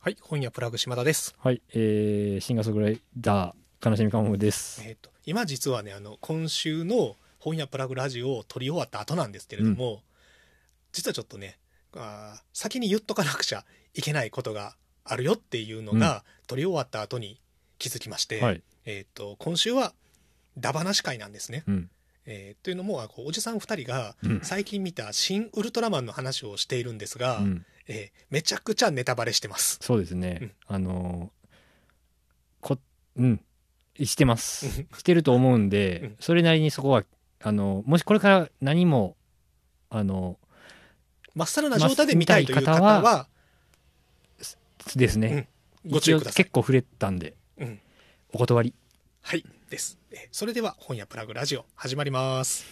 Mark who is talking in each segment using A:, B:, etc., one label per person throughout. A: はい、本屋プラグ島田です。
B: はい、えー、シンガーソングライター、悲しみかもめです。
A: えっ、と、今実はね、あの、今週の本屋プラグラジオを撮り終わった後なんですけれども、実はちょっとね、あー先に言っとかなくちゃいけないことがあるよっていうのが、撮り終わった後に気づきまして、
B: はい、
A: えっ、と、今週は、ダバなし会なんですね。
B: うん、
A: えーというのも、あこうおじさん2人が
B: うん
A: 最近見た新ウルトラマンの話をしているんですが、
B: うん、
A: えーめちゃくちゃネタバレしてます。
B: そうです
A: うん
B: ね。あのーこ、うん、してます
A: うん。
B: してると思うん
A: う
B: で
A: ん、
B: それなりにそこは、あのもしこれから何も、あの
A: まっさらな状態で見たいという方
B: まあ見たい方
A: は、
B: ですね。
A: ご注意
B: 一応
A: ください
B: 結。構触れたんで、
A: うん、
B: お断り。
A: はいですえそれでは本屋プラグラジオ始まります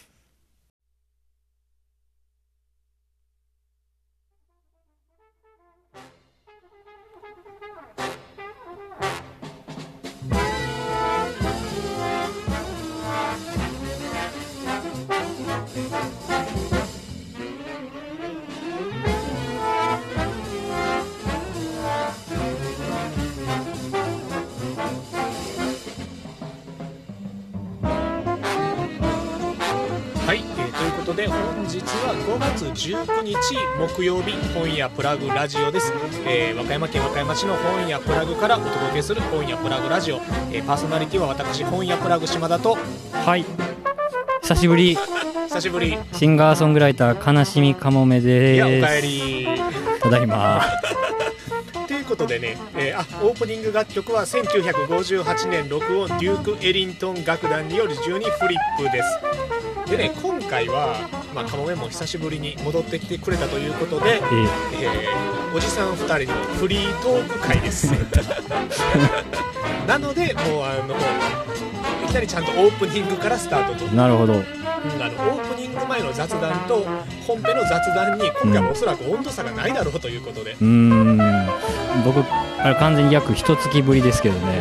A: はい、えーということで本日は5月19日木曜日本屋プラグラジオです、えー和歌山県和歌山市の本屋プラグからお届けする本屋プラグラジオ、えーパーソナリティは私本屋プラグ島田と
B: はい。久しぶり、
A: 久しぶり
B: シンガーソングライター、悲しみかもめ
A: い
B: です。
A: やおかえ。り
B: ただいま。
A: ということでね、えーあオープニング楽曲は1958年録音デューク・エリントン楽団による12フリップですでね今回は、まあ、カモメも久しぶりに戻ってきてくれたということで、
B: えー
A: えーおじさん2人のフリートーク会ですなのでもうあのいきなりちゃんとオープニングからスタートと、うん
B: なるほど。
A: あのオープニング前の雑談と本編の雑談に今回もおそらく温度差がないだろうということで、
B: うーん僕あれ完全に約一月ぶりですけどね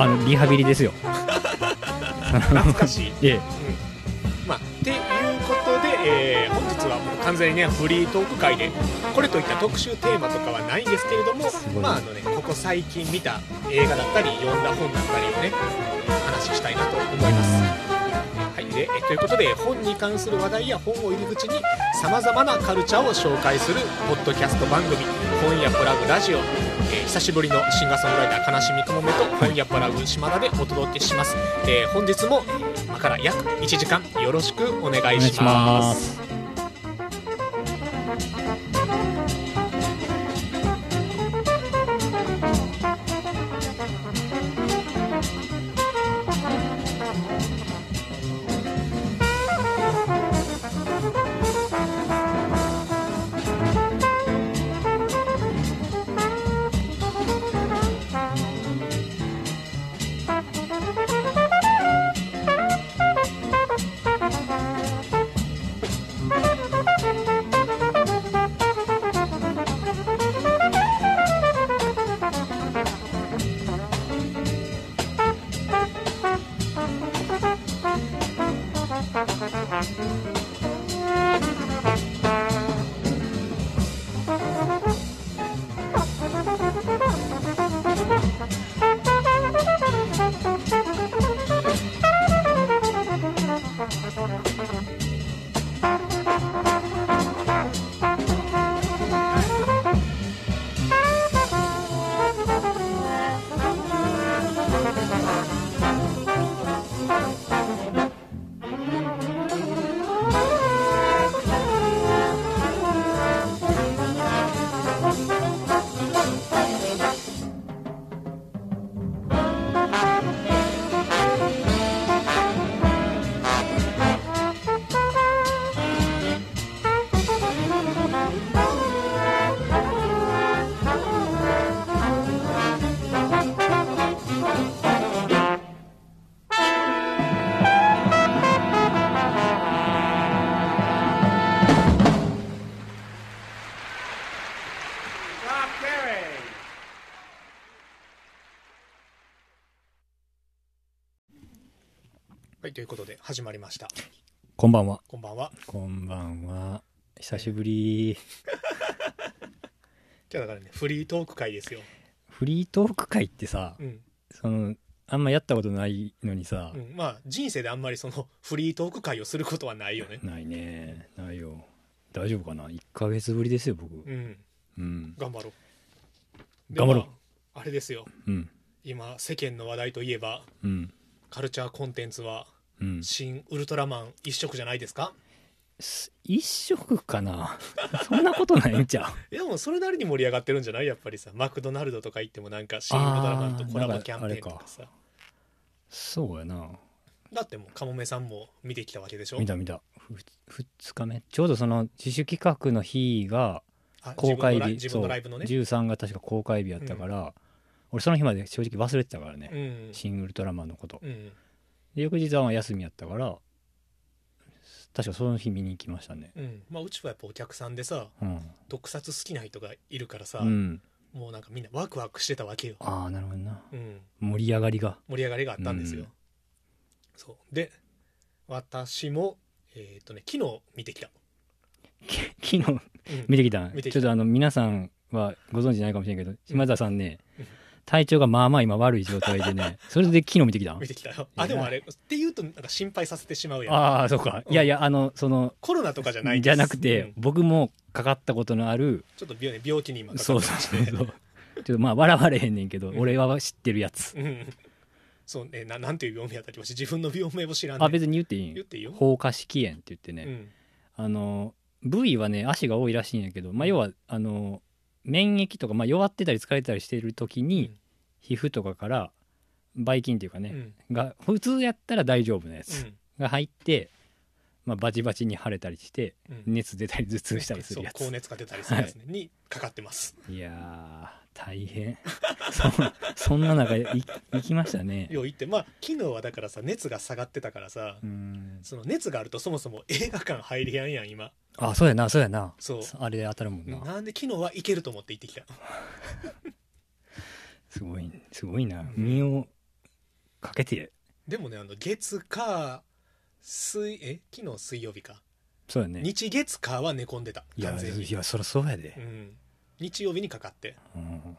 B: あのリハビリですよ
A: 懐かしい
B: ええ
A: まあ、っていうことで、えー本日はもう完全にねフリートーク会でこれといった特集テーマとかはないんですけれども
B: ご、い
A: まああのね、ここ最近見た映画だったり読んだ本だったりをね話したいなと思います。はいでえということで本に関する話題や本を入り口にさまざまなカルチャーを紹介するポッドキャスト番組「本屋プラグラジオ」えー久しぶりのシンガーソングライター悲しみくもめと本屋プラグ島田でお届けします、えー本日も今から約1時間よろしくお願
B: お
A: い
B: 願い
A: し
B: しま
A: ます
B: す
A: はいということで始まりました
B: こんばんは
A: こんばんは
B: こんばんは久しぶり
A: じゃあだからねフリートーク会ですよ
B: フリートーク会ってさ
A: うん
B: そのあんまやったことないのにさ
A: う、ん、まあ人生であんまりそのフリートーク会をすることはないよね
B: ないねないよ大丈夫かな1ヶ月ぶりですよ僕
A: うん
B: うん
A: 頑張ろう
B: 頑張ろう
A: でまああれですよ
B: うん
A: 今世間の話題といえば
B: うん
A: カルチャーコンテンツは
B: うん
A: 新ウルトラマン一色じゃないですか
B: す一色かな そんなことないんちゃう
A: でもそれなりに盛り上がってるんじゃないやっぱりさマクドナルドとか行ってもなんか新ウ
B: あー
A: ルトラマンとコラボキャンペーンとかさ
B: そうやな
A: だってもうカモメさんも見てきたわけでしょ
B: 見た見た2日目ちょうどその自主企画の日が
A: あ
B: 公開日
A: 自分のライブのね
B: そう13が確か公開日やったから、俺その日まで正直忘れてたからね、
A: うん
B: シン・ウルトラマンのこと
A: うん
B: で翌日はまあ休みやったから確かその日見に行きましたね
A: うんまあうちはやっぱお客さんでさ
B: うん、
A: 特撮好きな人がいるからさ、
B: うん、
A: もうなんかみんなワクワクしてたわけよ、
B: ああなるほどな
A: うん、
B: 盛り上がりが
A: 盛り上がりがあったんですよ、
B: うん
A: そうで私もえーっ、とね昨日見てきた、
B: き
A: う
B: 昨日
A: ん
B: 見てきた
A: 見てきた
B: ちょっとあの皆さんはご存知ないかもしれんけど島田さんね、
A: うん
B: 体調がまあまあ今悪い状態でねそれで昨日見てきたん
A: 見てきたよあでもあれって言うとなんか心配させてしまうやん
B: ああそうか、
A: うん
B: いやいやあのその
A: コロナとかじゃないんで
B: じ
A: す
B: ゃなくて、
A: うん
B: 僕もかかったことのある
A: ちょっと病,、病気に今かか
B: そうそうそうそうちょっとまあ笑われへんねんけど、
A: うん
B: 俺は知ってるやつ、
A: うんそうねななんていう病名やったっけわし自分の病名を知らんねん
B: あ別に言っていい
A: 言っ
B: ん
A: ていいよ、
B: 放火式炎って言ってね、
A: うん
B: あの部位はね足が多いらしいんやけど、まあ、要はあの免疫とか、まあ、弱ってたり疲れたりしてる時に、
A: うん
B: 皮膚とかからばい菌っていうか
A: う
B: ね、
A: ん
B: が普通やったら大丈夫なや
A: う
B: つ
A: ん
B: が入って、まあ、バチバチに腫れたりして
A: うん
B: 熱出たり頭痛したりするや
A: そう
B: つ
A: 高熱が出たりするやつ、ねにかかってます
B: いやー大変そそんな中い行きましたね
A: よう言ってまあ昨日はだからさ熱が下がってたからさ、
B: うん
A: その熱があるとそもそも映画館入りやんやん今
B: あそうやなそうやな
A: そう
B: あれで当たるもんな、
A: なんで昨日は行けると思って行ってきた
B: すごいすごいな身をかけて
A: でもねあの月火水え昨日水曜日か、
B: そうやね
A: 日月火は寝込んでた
B: いや
A: 完全に
B: いやそりゃそうや
A: う
B: で、
A: ん、日曜日にかかって
B: うん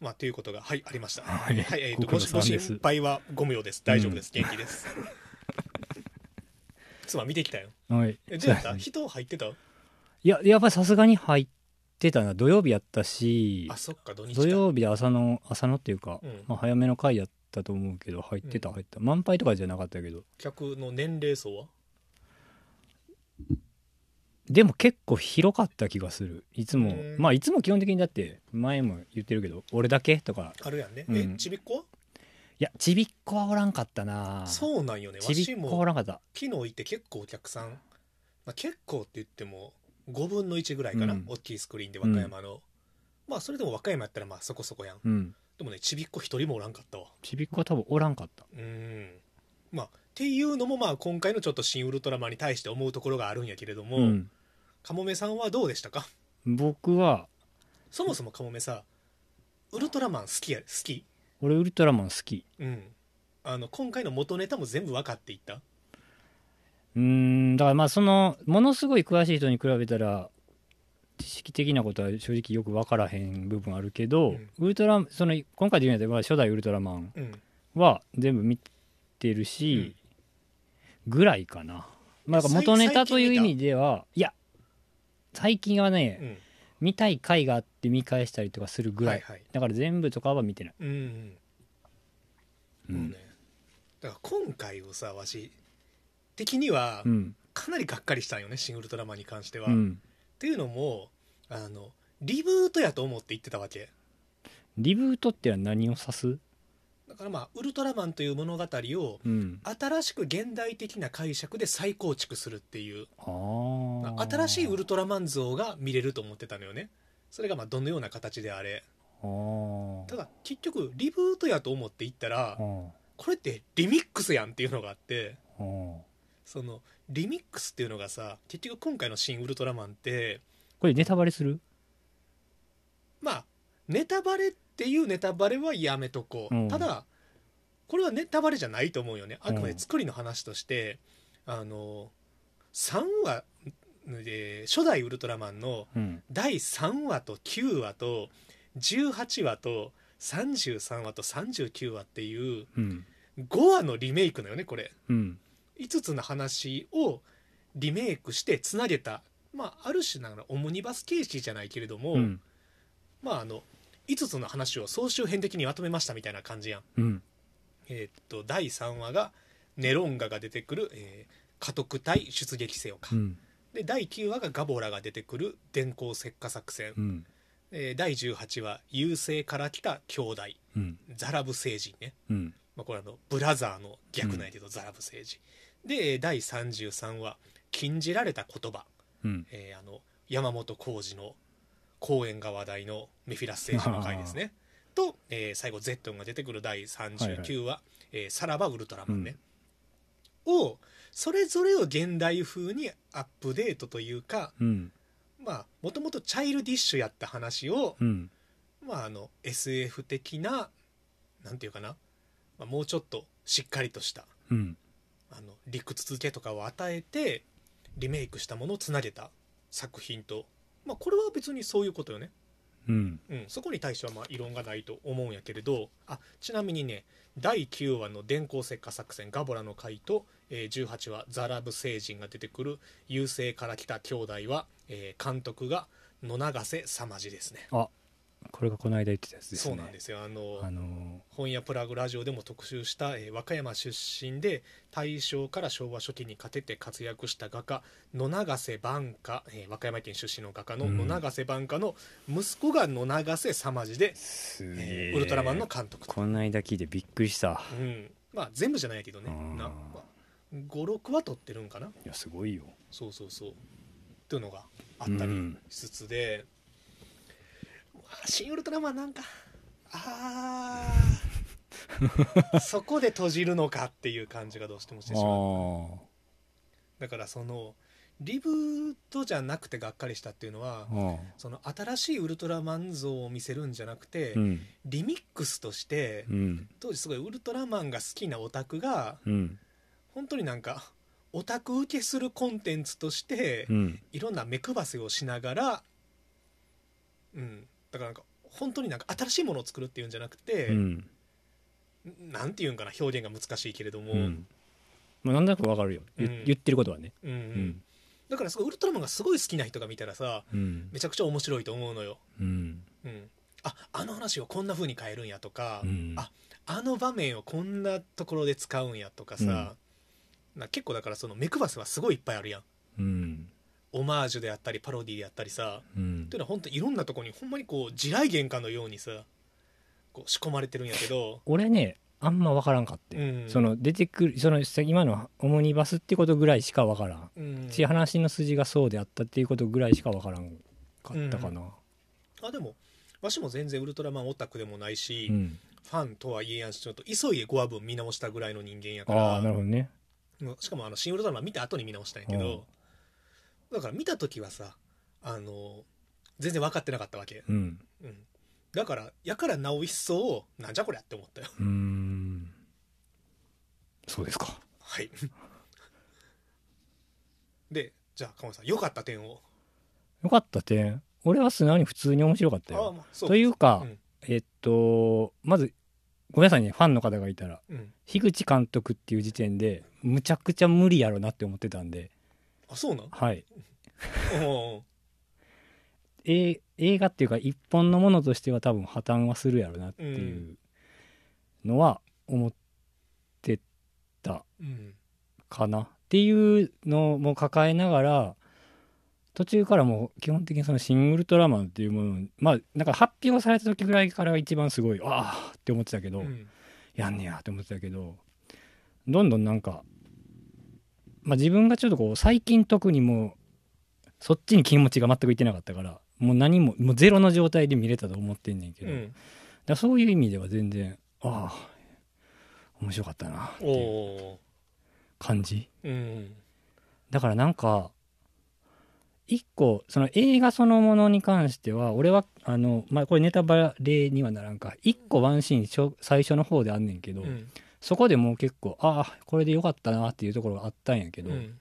A: まあということがはいありました
B: はい
A: はい、えー、とご
B: ご苦労
A: しご
B: さんです
A: 心配はご無用です大丈夫です、元気です 妻見てきたよ
B: はい
A: えどうやった
B: そうやね
A: 人入ってた
B: いややっぱりさすがに入ってたな土曜日やったし
A: あそっか土日か
B: 土曜日で朝の朝のっていうか、
A: うん
B: まあ、早めの回やったと思うけど入ってた
A: うん
B: 入った、満杯とかじゃなかったけど
A: 客の年齢層は
B: でも結構広かった気がするいつも
A: うん
B: まあいつも基本的にだって前も言ってるけど俺だけとか
A: あるやんね、
B: う
A: え
B: ん
A: ちびっこ
B: いやちびっ子はおらんかったな
A: はそうなんよねわ
B: ちび
A: し
B: っ子はお
A: も
B: らんかった
A: 昨日行って結構お客さん、まあ、結構って言っても5分の1ぐらいかな、
B: うん
A: 大きいスクリーンで和歌山の、まあそれでも和歌山やったらまあそこそこやん
B: うん
A: でもねちびっこ一人もおらんかったわ
B: ちびっ子は多分おらんかった
A: うんまあっていうのもまあ今回のちょっと「新ウルトラマン」に対して思うところがあるんやけれども、
B: うん
A: カモメさんはどうでしたか
B: 僕は
A: そもそもカモメさウルトラマン好きや好き
B: 俺ウルトラマン好き
A: うんあの今回の元ネタも全部分かっていった
B: うーんだからまあそのものすごい詳しい人に比べたら知識的なことは正直よく分からへん部分あるけど、
A: うん
B: ウルトラその今回で言うんやったら初代ウルトラマン
A: うん
B: は全部見てるし、ぐらいかな,、まあ、だから元ネタという意味ではいや最近はね、
A: うん
B: 見たい回があって見返したりとかするぐらい、
A: はいはい
B: だから全部とかは見てない、
A: うんうん
B: う
A: もうね
B: ん
A: だから今回をさわし的には
B: うん
A: かなりがっかりしたんよね「シン・ウルトラマン」に関しては、
B: う
A: っ
B: ん、
A: ていうのもあのリブートやと思って言ってたわけ
B: リブートってのは何を指す、
A: だからまあウルトラマンという物語を
B: うん、
A: 新しく現代的な解釈で再構築するっていう
B: あー
A: 新しいウルトラマン像が見れると思ってたのよねそれがまあどのような形であれ
B: あー
A: ただ結局リブートやと思って言ったら
B: うん
A: これってリミックスやんっていうのがあって
B: うん
A: そのリミックスっていうのがさ結局今回の「新ウルトラマン」って
B: これネタバレする
A: まあネタバレっていうネタバレはやめとこう、
B: うん
A: ただこれはネタバレじゃないと思うよねあくま
B: う
A: で
B: ん
A: 作りの話として、あの3話で初代ウルトラマンの
B: うん
A: 第3話と9話と18話と33話と39話っていう
B: うん
A: 5話のリメイクだよねこれ
B: うん
A: 5つの話をリメイクしてつなげた、まあ、ある種ながらオムニバス形式じゃないけれども、
B: うん
A: まああの5つの話を総集編的にまとめましたみたいな感じやん。
B: うん
A: えーっと第3話がネロンガが出てくる「えー家督隊出撃せよか」
B: うん
A: で第9話がガボラが出てくる「電光石火作戦」
B: うん
A: えー第18話「優勢から来た兄弟
B: うん
A: ザラブ星人ね」
B: うん
A: まあ、これあのブラザーの逆なんやけど、ザラブ星人でえー第33話「禁じられた言葉
B: うん」
A: えーあの山本浩二の公演が話題のメフィラス星人の回ですねと、えー最後ゼットンが出てくる第39話「えーさらばウルトラマンね」をそれぞれを現代風にアップデートというか
B: うん
A: まあもともとチャイルディッシュやった話を、
B: うん
A: まあ、あの SF 的ななんていうかな、まあ、もうちょっとしっかりとした
B: うん
A: あの理屈付けとかを与えてリメイクしたものをつなげた作品と、まあ、これは別にそういうことよね、
B: うん
A: うん、そこに対してはまあ異論がないと思うんやけれどあちなみにね第9話の「電光石火作戦ガボラの会」と、えー18話「ザラブ星人」が出てくる「優勢から来た兄弟は」えー監督が野永瀬さまじですね
B: あこれがこの間言ってたやつですね
A: そうなんですよあの
B: あの
A: 本屋プラグラジオでも特集した、えー和歌山出身で大正から昭和初期にかけて活躍した画家野永瀬晩歌、えー和歌山県出身の画家の
B: うん
A: 野永瀬晩歌の息子が野永瀬さまじで、
B: ーすげ
A: え
B: え
A: ーウルトラマンの監督と、
B: この間聞いてびっくりした
A: うんまあ、全部じゃないけどね
B: うん
A: な、まあ、56は撮ってるんかない
B: やすごいよ
A: そうそうそうっていうのがあったりしつつで「シン・ウルトラマン」なんかあ ーそこで閉じるのかっていう感じがどうしてもしてしまう
B: あ
A: だからそのリブートじゃなくてがっかりしたっていうのは
B: あ
A: その新しいウルトラマン像を見せるんじゃなくて、
B: うん
A: リミックスとして
B: うん
A: 当時すごいウルトラマンが好きなオタクが
B: うん
A: 本当になんかオタク受けするコンテンツとして、
B: うん
A: いろんな目配せをしながらうんだからなんか本当になんか新しいものを作るっていうんじゃなくて、
B: うん
A: なんていうんかな表現が難しいけれども、
B: う
A: うん
B: んまあなんとなくわかるよゆ
A: うん
B: 言ってることはね
A: うん
B: うん
A: だからすごいウルトラマンがすごい好きな人が見たらさ
B: うん
A: めちゃくちゃ面白いと思うのよ。
B: うん
A: うん、ああの話をこんな風に変えるんやとか、
B: うん
A: ああの場面をこんなところで使うんやとかさ、な結構だからその目配せはすごいいっぱいあるやん。
B: うん
A: オマージュであったりパロディであったりさ、
B: うん
A: っていうのは本当いろんなとこにほんまにこう地雷原かのようにさこう仕込まれてるんやけど
B: 俺ねあんま分からんかって、
A: うん
B: その出てくるそのさ今のオムニバスってことぐらいしか分からん、
A: うん
B: し話の筋がそうであったっていうことぐらいしか分からんかったかな
A: あでもわしも全然ウルトラマンオタクでもないし、
B: うん、
A: ファンとはいえやんしちょっと急いで5話分見直したぐらいの人間やか
B: ああな
A: ら
B: るほどね
A: うんしかもあの新ウルトラマン見た後に見直したんやけど、だから見た時はさあの全然分かってなかったわけ、
B: うん
A: うん、だからやからなお一層なんじゃこりゃって思ったよ
B: うーんそうですか
A: はいでじゃあ鴨さん良かった点を
B: よかった点俺は素直に普通に面白かった
A: ああ
B: よ
A: まあそう
B: というか、
A: うん
B: えっとまずごめんなさいねファンの方がいたら
A: うん、
B: 樋口監督っていう時点でむちゃくちゃ無理やろなって思ってたんで
A: あそうなん
B: はい
A: お
B: え映画っていうか一本のものとしては多分破綻はするやろなっていううのは思ってた
A: ううん
B: かなっていうのも抱えながら途中からもう基本的にそのシン・ウルトラマンっていうものにまあなんか発表された時ぐらいから一番すごいああって思ってたけど、
A: うん
B: やんねやって思ってたけどどんどんなんか、まあ、自分がちょっとこう最近特にもうそっちに気持ちが全くいってなかったからもう何ももうゼロの状態で見れたと思ってんねんけど、
A: う
B: だか
A: ん
B: らそういう意味では全然ああ面白かったなって
A: お
B: いう
A: お
B: 感じ
A: ーうん
B: だからなんか一個その映画そのものに関しては俺はあの、まあ、これネタバレにはならんか一個ワンシーンしょ最初の方であんねんけど、
A: うん
B: そこでもう結構ああこれでよかったなっていうところがあったんやけど、
A: うん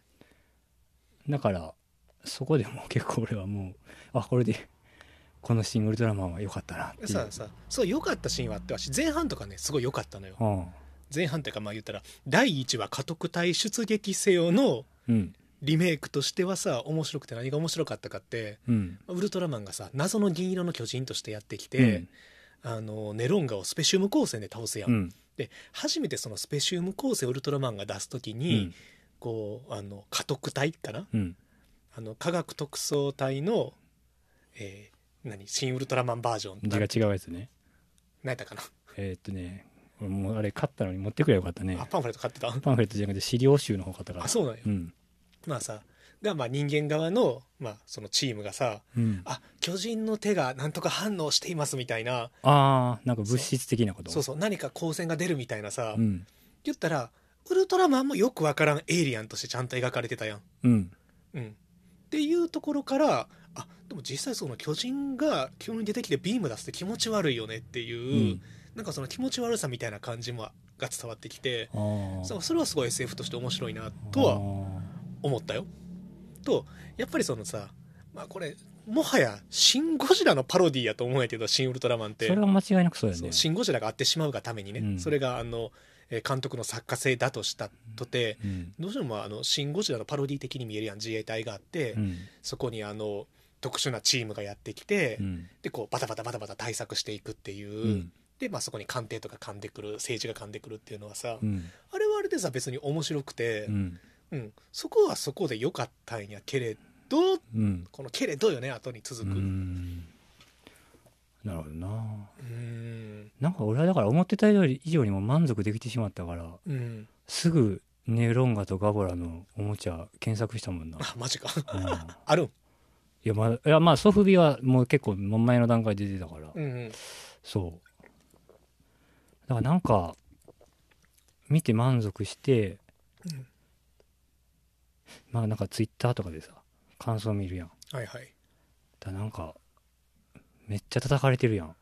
B: だからそこでもう結構俺はもうあこれでこのシン・ウルトラマンは良かったなっていう。
A: さあさあそう良かったシーンはあって私前半とかねすごい良かったのよ
B: うん
A: 前半というかまあ言ったら第1話「家督隊出撃せよ」の
B: うん
A: リメイクとしてはさ面白くて何が面白かったかって
B: うん
A: ウルトラマンがさ謎の銀色の巨人としてやってきて、あのネロンガをスペシウム光線で倒すや、
B: うんん
A: で初めてそのスペシウム光線をウルトラマンが出す時に、こうあの家督隊かな
B: うんうん
A: あの科学特捜隊の、えー何新ウルトラマンバージョン
B: 字
A: な
B: が違うやつね
A: 何やったかな、
B: えーっとね俺もうあれ買ったのに持ってくればよかったね
A: あパンフレット買ってた
B: パンフレットじゃなくて資料集の方買ったから
A: あそうなんよ、
B: うん
A: まあさが、まあ、人間側の,、まあそのチームがさ
B: うん
A: あ巨人の手がなんとか反応していますみたいな
B: あーなんか物質的なこと
A: そうそう何か光線が出るみたいなさ、
B: うん
A: 言ったらウルトラマンもよくわからんエイリアンとしてちゃんと描かれてたやん。
B: うん
A: うん、っていうところからあでも実際その巨人が急に出てきてビーム出すって気持ち悪いよねっていう
B: う、ん
A: なんかその気持ち悪さみたいな感じもが伝わってきて
B: あー
A: そうそれはすごい SF として面白いなとは思ったよ。とやっぱりそのさ、まあ、これもはや「シン・ゴジラ」のパロディやと思うんやけど「シン・ウルトラマン」っ
B: そ
A: て
B: れは間違いなくそうや
A: そ
B: ね
A: うシン・ゴジラ」があってしまうがためにね、
B: うん
A: それがあのえー監督の作家性だとしたとて
B: うん
A: どうしてもまああの「シン・ゴジラ」のパロディ的に見えるやん自衛隊があって、
B: うん
A: そこにあの特殊なチームがやってきて、
B: うん
A: でこうバタバタバタバタ対策していくっていうう。
B: ん
A: で、まあ、そこに官邸とか噛んでくる政治が噛んでくるっていうのはさ、
B: うん
A: あれはあれでさ別に面白くて、う
B: う
A: ん
B: ん
A: そこはそこで良かったんやけれど
B: うん
A: この「けれど」よね後に続く
B: う
A: うん
B: んなるほどな
A: うん
B: なんか俺はだから思ってた以上にも満足できてしまったから
A: うん
B: すぐネロンガとガボラのおもちゃ検索したも んな、
A: あマジか
B: うん、い
A: あるん
B: やまだいやまあソフビはもう結構前の段階で出てたから、
A: うんうん
B: そうだからなんか見て満足して、
A: うん
B: まあなんかツイッターとかでさ感想見るやん
A: はいはい
B: だからなんかめっちゃ叩かれてるやん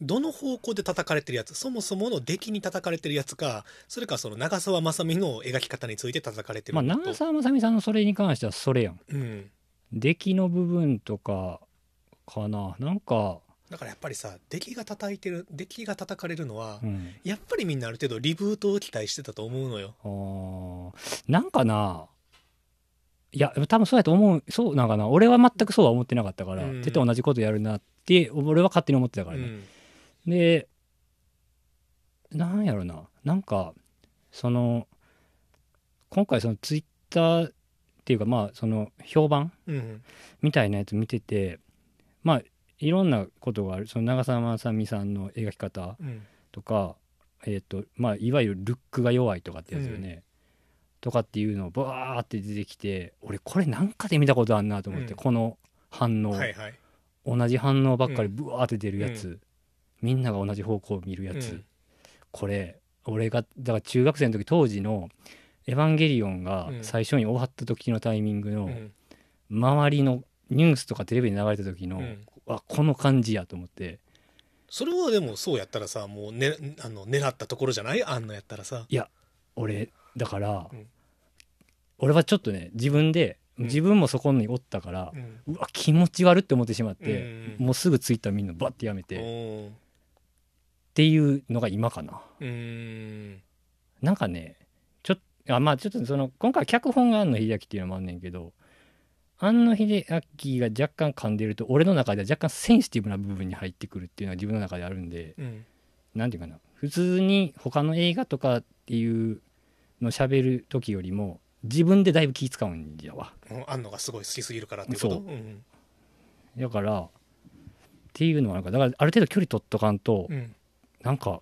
A: どの方向で叩かれてるやつそもそもの出来に叩かれてるやつかそれかその長澤まさみの描き方について叩かれてる
B: まあ
A: のと
B: 長澤まさみさんのそれに関してはそれやん
A: うん
B: 出来の部分とかかななんか、
A: だからやっぱりさ出来が叩いてる出来が叩かれるのは、
B: うん、
A: やっぱりみんなある程度リブートを期待してたと思うのよ
B: あーなんかないや多分そうやと思うそうなんかな俺は全くそうは思ってなかったから、
A: うん
B: 絶対同じことやるなって俺は勝手に思ってたからね、でなんやろななんかその今回そのツイッターっていうかまあその評判
A: うんうん
B: みたいなやつ見ててまあいろんなことがあるその長澤まさみさんの描き方、
A: うん
B: とか、えーとまあ、いわゆるルックが弱いとかってやつよね、とかっていうのをバーって出てきて俺これなんかで見たことあんなと思って、
A: うん
B: この反応、
A: はいはい
B: 同じ反応ばっかりブワーって出るやつ、みんなが同じ方向を見るやつ、
A: うん
B: これ俺がだから中学生の時当時の「エヴァンゲリオン」が
A: うん
B: 最初に終わった時のタイミング
A: う
B: の
A: ん
B: 周りのニュースとかテレビに流れた時の、
A: うん
B: あこの感じやと思って
A: それはでもそうやったらさもう、ね、あの狙ったところじゃないあんのやったらさ
B: 俺だから、
A: うん
B: 俺はちょっとね自分で
A: うん
B: 自分もそこにおったから、うわ気持ち悪って思ってしまって、
A: うん
B: もうすぐツイッター見るのバッてやめて、っ
A: お
B: ていうのが今かな
A: ーうん
B: なんかねちょっあまあちょっとその今回脚本が庵野秀明っていうのもあんねんけど庵野秀明が若干噛んでると俺の中では若干センシティブな部分に入ってくるっていうのは自分の中であるんで
A: うん
B: なんていうかな普通に他の映画とかっていうの喋る時よりも自分でだいぶ気使うんじゃわ
A: あんのがすごい好きすぎるからっていうこと
B: そう
A: うん
B: だからっていうのはなんかだからある程度距離取っとかんと、
A: うん
B: なんか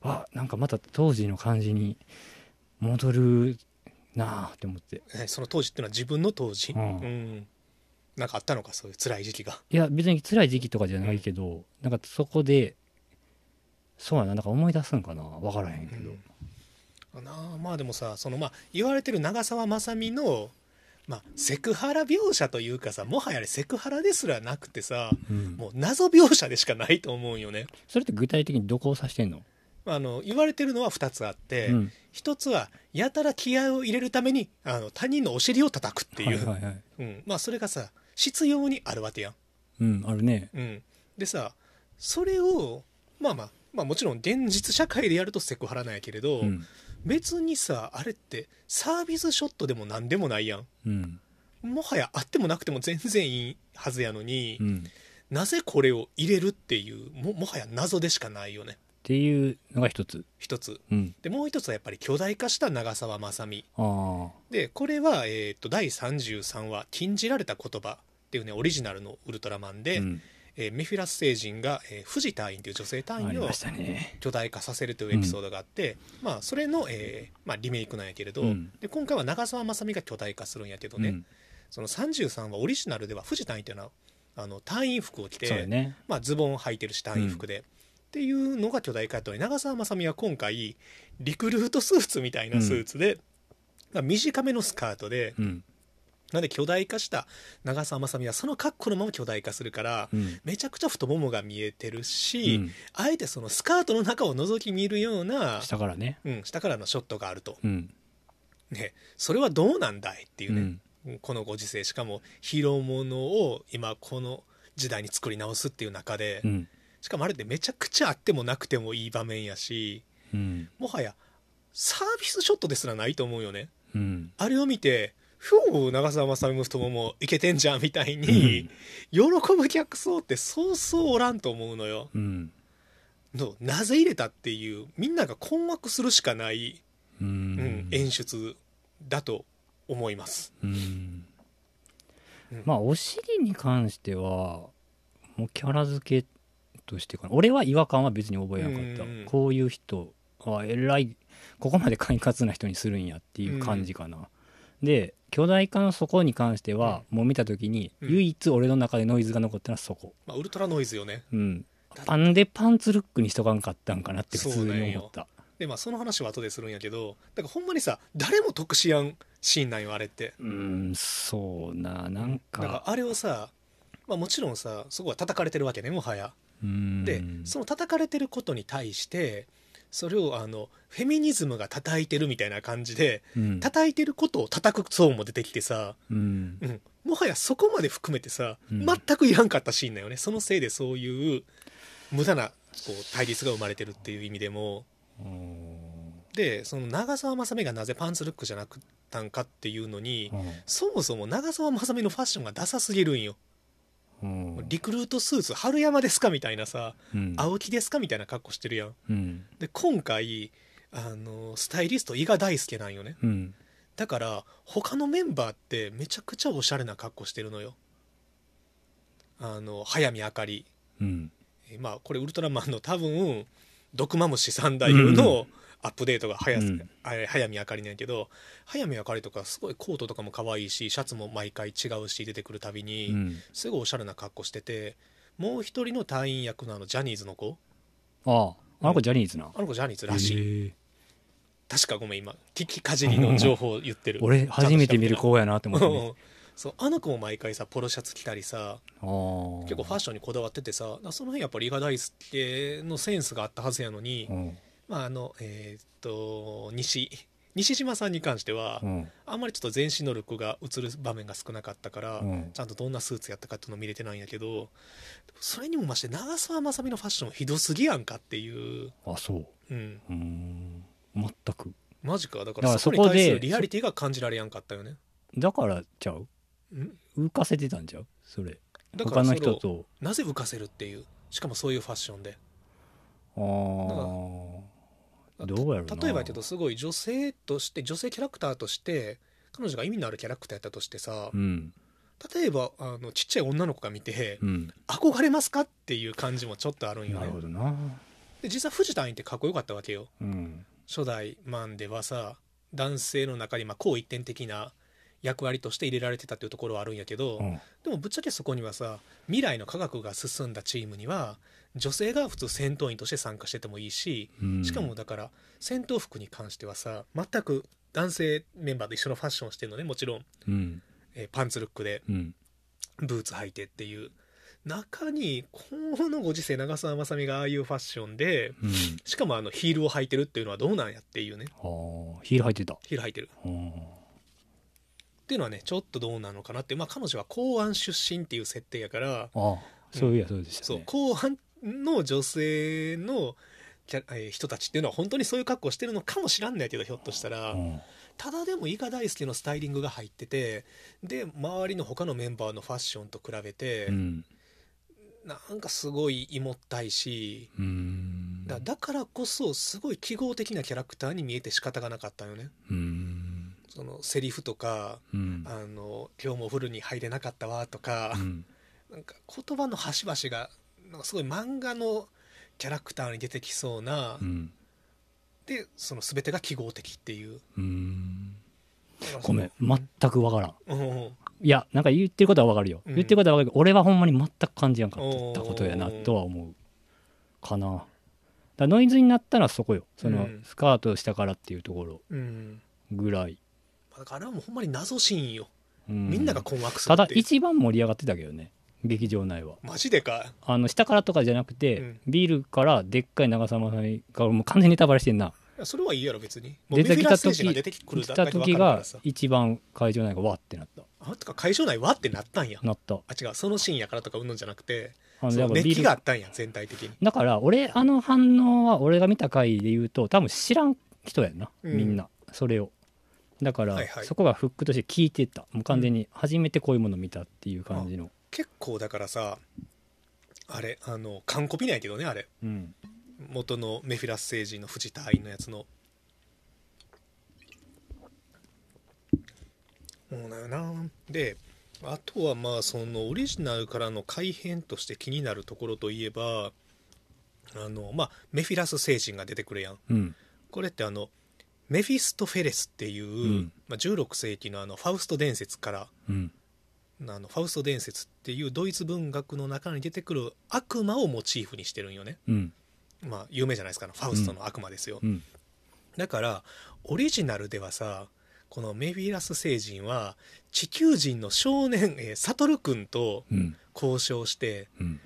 B: あなんかまた当時の感じに戻るなあって思って
A: えその当時っていうのは自分の当時、
B: うん
A: うんなんかあったのかそういう辛い時期が
B: いや別に辛い時期とかじゃないけど、なんかそこでそうやななんか思い出すんかな分からへんけど、
A: かなあまあでもさそのまあ言われてる長澤まさみの、まあ、セクハラ描写というかさもはやあれセクハラですらなくてさ
B: うん
A: もう謎描写でしかないと思うんよね
B: それって具体的にどこを指してんの、
A: あの言われてるのは2つあって、
B: うん
A: 一つはやたら気合を入れるためにあの他人のお尻を叩くっていう、
B: はいはいはい
A: うん、まあそれがさ必要にあるわけやん
B: うん、あるね。
A: うん、でさそれをまあまあまあもちろん現実社会でやるとセクハラなんやけれど、
B: うん。
A: 別にさあれってサービスショットでも何でもないやん
B: うん。
A: もはやあってもなくても全然いいはずやのに、
B: うん。っ
A: なぜこれを入れるっていうももはや謎でしかないよね
B: ていうのが一つ。
A: 一つ
B: うん。
A: でもう一つはやっぱり巨大化した長澤まさみ
B: ああ。
A: でこれは、えー、と第33話「禁じられた言葉」っていうねオリジナルのウルトラマンで、
B: うん。
A: えーメフィラス星人が、えー、藤隊員という女性隊
B: あり
A: 員を
B: ましたね。
A: 巨大化させるというエピソードがあって、まあ、それの、えーまあ、リメイクなんやけれど、
B: うん
A: で今回は長澤まさみが巨大化するんやけどね、
B: うん。
A: その33はオリジナルでは藤隊員というのはあの隊員服を着て、
B: そうだね。
A: まあ、ズボンを履いてるし隊員服で、っていうのが巨大化やったのに長澤まさみは今回リクルートスーツみたいなスーツで、まあ短めのスカートで、
B: うん。
A: なんで巨大化した長澤まさみはその格好のまま巨大化するから、
B: うん。
A: めちゃくちゃ太ももが見えてるし、
B: うん
A: あえてそのスカートの中を覗き見るような、
B: 下からね。
A: うん、下からのショットがあると、
B: うん。
A: ね、それはどうなんだいっていううね、
B: ん。
A: このご時世しかも広物を今この時代に作り直すっていう中で、
B: うん。
A: しかもあれってめちゃくちゃあってもなくてもいい場面やし
B: うん。
A: もはやサービスショットですらないと思うよね
B: うん。
A: あれを見て「ふう長澤まさみも太ももいけてんじゃん」みたいに、喜ぶ客層ってそうそうおらんと思うのよ
B: うん。
A: のなぜ入れたっていうみんなが困惑するしかない、
B: う
A: うん
B: ん。
A: 演出だと思います
B: うん
A: うん
B: まあお尻に関してはもうキャラ付けとしてかな俺は違和感は別に覚えなか
A: うんうんう
B: っ
A: ん
B: たこういう人はえらいここまで快活な人にするんやっていう感じかな、で巨大化のそこに関しては、もう見た時に、
A: うん
B: 唯一俺の中でノイズが残ったのはそこ
A: まあ、ウルトラノイズよね
B: うんなんでパンツルックにしとかんかったんかなって普通
A: そうなん
B: に
A: よ
B: 思った
A: でまあその話は後でするんやけどだからほんまにさ誰も得しやんシーンなんよあれって
B: うーんそうななんか
A: だからあれをさ、まあ、もちろんさそこは叩かれてるわけねもはや
B: うん
A: でその叩かれてることに対してそれをあのフェミニズムが叩いてるみたいな感じで
B: うん
A: 叩いてることを叩く層も出てきてさ、
B: うん
A: うん、もはやそこまで含めてさ、
B: うん
A: 全くいらんかったシーンだよねそのせいでそういう無駄なこう対立が生まれてるっていう意味でも
B: うん
A: でその長澤まさみがなぜパンツルックじゃなくったんかっていうのにそもそも長澤まさみのファッションがダサすぎるんよ
B: うん
A: リクルートスーツ春山ですかみたいなさ
B: うん
A: 青木ですかみたいな格好してるやん
B: うん
A: で今回あのスタイリスト伊賀大輔なんよね
B: うん
A: だから他のメンバーってめちゃくちゃおしゃれな格好してるのよあの早見あかり
B: うん
A: えーまあこれウルトラマンの多分毒マムシ三太夫のアップデートが早,、
B: うん
A: あれ早見あかりなんやけど早見あかりとかすごいコートとかも可愛いしシャツも毎回違うし出てくるたび
B: う
A: に、
B: ん
A: すごいおしゃれな格好しててもう一人の隊員役のあのジャニーズの子
B: あああの子ジャニーズな
A: あの子ジャニーズらしい、
B: へえ
A: 確かごめん今聞きかじりの情報を言ってる
B: 俺初めて見る
A: 子
B: 子やなって思ってね
A: そうあの子も毎回さポロシャツ着たりさ
B: ああ
A: 結構ファッションにこだわっててさだからその辺やっぱり伊賀大輔のセンスがあったはずやのに、
B: うん
A: まああのえーっと西西島さんに関しては、
B: うん
A: あんまりちょっと全身能力が映る場面が少なかったから、
B: うん
A: ちゃんとどんなスーツやったかっていうの見れてないんやけどそれにもまして長澤まさみのファッションひどすぎやんかっていう、
B: あそう
A: うん、
B: うーん全く
A: マジかだか
B: だからら
A: そこ
B: そ
A: に
B: こで
A: 対するリアリティが感じられやんかったよね。
B: だからちゃうん浮かせてたんちゃうそれ
A: だか
B: 他
A: らそ
B: の
A: れ
B: 人
A: を
B: と
A: なぜ浮かせるっていうしかもそういうファッションで
B: ああどうやろうな
A: 例えばやけどすごい女性として女性キャラクターとして彼女が意味のあるキャラクターやったとしてさ、
B: うん
A: 例えばあのちっちゃい女の子が見て
B: うん
A: 憧れますかっていう感じもちょっとあるんよ
B: な
A: ね
B: るほどな
A: で実は藤田院ってかっこよかったわけよ
B: うん
A: 初代マンではさ男性の中にまあこう一点的な役割として入れられてたっていうところはあるんやけど、
B: うん
A: でもぶっちゃけそこにはさ未来の科学が進んだチームには女性が普通戦闘員として参加しててもいいし
B: うん
A: しかもだから戦闘服に関してはさ全く男性メンバーと一緒のファッションしてるのねもちろん、
B: うん
A: えーパンツルックで
B: うん
A: ブーツ履いてっていう中にこのご時世長澤まさみがああいうファッションで
B: うん
A: しかもあのヒールを履いてるっていうのはどうなんやっていうね
B: ああヒール履いてた
A: ヒール履いてる
B: うん
A: っていうのはねちょっとどうなのかなって、まあ、彼女は公安出身っていう設定やから
B: ああそういやそうでした
A: そう
B: ね、
A: 公安の女性のキャえー人たちっていうのは本当にそういう格好してるのかもしらんないけどひょっとしたら、
B: うん
A: ただでも伊賀大輔のスタイリングが入っててで周りの他のメンバーのファッションと比べて、
B: うん
A: なんかすごい胃もったいし
B: うん
A: だだからこそすごい記号的なキャラクターに見えて仕方がなかったよね
B: うん
A: そのセリフとか
B: うん
A: あの「今日もフルに入れなかったわ」とか
B: う、ん
A: なんか言葉の端々がなんかすごい漫画のキャラクターに出てきそうな、
B: うん
A: でその全てが記号的っていう
B: うん
A: だからそ
B: ご
A: の
B: めん全くわからん
A: うんうん
B: いやなんか言ってることはわかるよ、
A: うん
B: 言ってることはわかるけど俺はほんまに全く感じやんかったことやなとは思うかなだからノイズになったらそこよその
A: うん
B: スカートしたからっていうところ
A: うん
B: ぐらい、
A: まあだからあれはもうほんまに謎シーンよ、
B: う
A: みんなが困惑する
B: ただ
A: っていう
B: 一番盛り上がってたけどね劇場内は
A: マジでか
B: あの下からとかじゃなくて、
A: うん
B: ビールからでっかい長澤まさみがもう完全にネタバレしてんない
A: やそれはいいやろ別にもうミ
B: 出
A: フ
B: て
A: ィ
B: き
A: ラ
B: た
A: ステージ
B: 時
A: が出てくる
B: 来
A: だ
B: た
A: けで分か
B: 時
A: るか
B: が
A: らさ
B: 一番会場内がわーってなった
A: あとか会場内はってなったんや
B: なった
A: あ違うそのシーンやからとかうんぬんじゃなくて
B: あの
A: そ
B: だ
A: の
B: からビー
A: 熱気
B: ル
A: があったんや全体的に
B: だから俺あの反応は俺が見た回で言うと多分知らん人やんな、
A: うん
B: みんなそれをだから、
A: はいはい
B: そこがフックとして聞いてたもう完全に初めてこういうもの見たっていう感じの、
A: 結構だからさあれあの完コピないけどねあれ
B: うん
A: 元のメフィラス星人の藤隊員のやつのそうだよなであとはまあそのオリジナルからの改変として気になるところといえばあのまあメフィラス星人が出てくるやん
B: うん
A: これってあのメフィストフェレスっていう、
B: ん
A: まあ、16世紀のあのファウスト伝説から
B: うん
A: あのファウスト伝説っていうドイツ文学の中に出てくる悪魔をモチーフにしてるんよね
B: うん
A: まあ有名じゃないですか、ファウストの悪魔ですよ、
B: うん
A: だからオリジナルではさこのメフィラス星人は地球人の少年、えー、サトル君と
B: うん
A: 交渉して
B: うん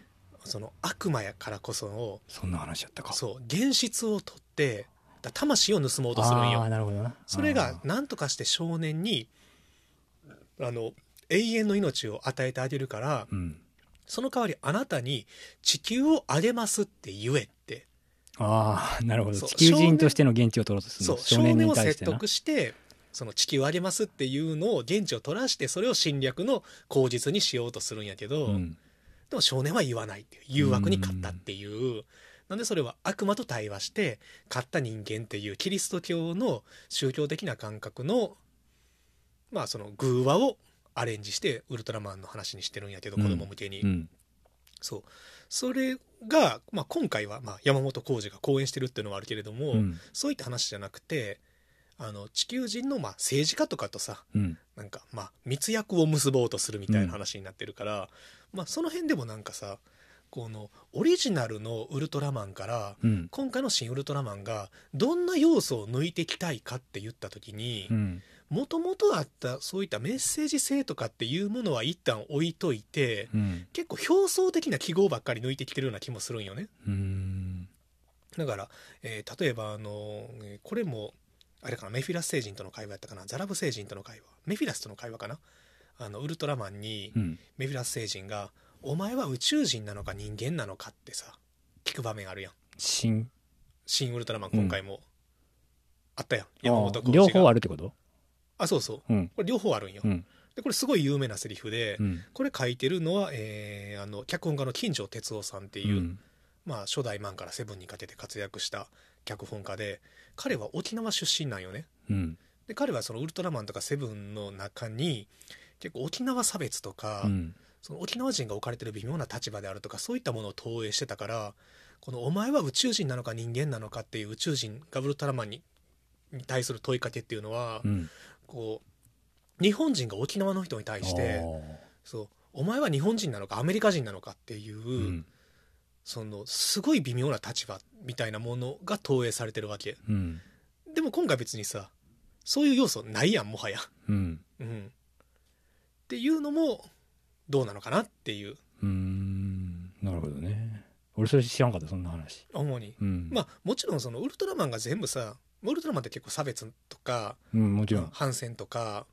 A: その悪魔やからこその
B: そんな話やったか
A: そう原質を取ってだ魂を盗もうとするん
B: ああ
A: よ
B: なるほどな
A: それ
B: あ
A: が何とかして少年にあの永遠の命を与えてあげるから
B: ーうん
A: その代わりあなたに地球をあげますって言えって
B: ああなるほど
A: そう
B: 地球人としての現地を取ろうとする
A: そ
B: の
A: う少年を説
B: な
A: 得してその地球をあげますっていうのを現地を取らしてそれを侵略の口実にしようとするんやけど、
B: うん
A: でも少年は言わないっていう誘惑に勝ったっていう、なんでそれは悪魔と対話して勝った人間っていうキリスト教の宗教的な感覚のまあその偶話をアレンジしてウルトラマンの話にしてるんやけど
B: うん
A: 子供向けに、
B: うん
A: そうそれが、まあ、今回はまあ山本浩二が講演してるっていうのはあるけれども、
B: うん
A: そういった話じゃなくてあの地球人のまあ政治家とかとさ
B: うん
A: なんかまあ密約を結ぼうとするみたいな話になってるから、まあその辺でもなんかさこのオリジナルのウルトラマンから
B: うん
A: 今回の「新ウルトラマン」がどんな要素を抜いていきたいかって言った時に
B: うん
A: もともとあったそういったメッセージ性とかっていうものは一旦置いといて
B: うん
A: 結構表層的な記号ばっかり抜いてきてるような気もするんよね。
B: うん
A: だから、えー例えばあのえーこれもあれかなメフィラス星人との会話やったかなザラブ星人との会話メフィラスとの会話かなあのウルトラマンに
B: うん
A: メフィラス星人が「お前は宇宙人なのか人間なのか」ってさ聞く場面あるやん
B: 新
A: 「新ウルトラマン」今回も、あったやん山
B: あ
A: 本
B: あ両方あ
A: る
B: るってこと
A: あそうそう
B: うん
A: これ両方あるんよ、
B: うん
A: でこれすごい有名なセリフで、
B: うん
A: これ書いてるのは、えーあの脚本家の金城哲夫さんっていう、
B: うん
A: まあ、初代マンからセブンにかけて活躍した脚本家で彼は沖縄出身なんよね
B: うん
A: で彼はそのウルトラマンとかセブンの中に結構沖縄差別とか、
B: うん
A: その沖縄人が置かれてる微妙な立場であるとかそういったものを投影してたからこの「お前は宇宙人なのか人間なのか」っていう宇宙人がウルトラマンにに対する問いかけっていうのは、
B: うん
A: こう日本人が沖縄の人に対して
B: あ
A: 「そうお前は日本人なのかアメリカ人なのか」っていう。
B: ーうん
A: そのすごい微妙な立場みたいなものが投影されてるわけ
B: うん
A: でも今回別にさそういう要素ないやんもはや
B: うん
A: うんっていうのもどうなのかなっていう
B: うーんなるほどね俺それ知らんかったそんな話
A: 主に
B: うん
A: まあもちろんそのウルトラマンが全部さウルトラマンって結構差別とか
B: うんもちろん
A: 反戦とか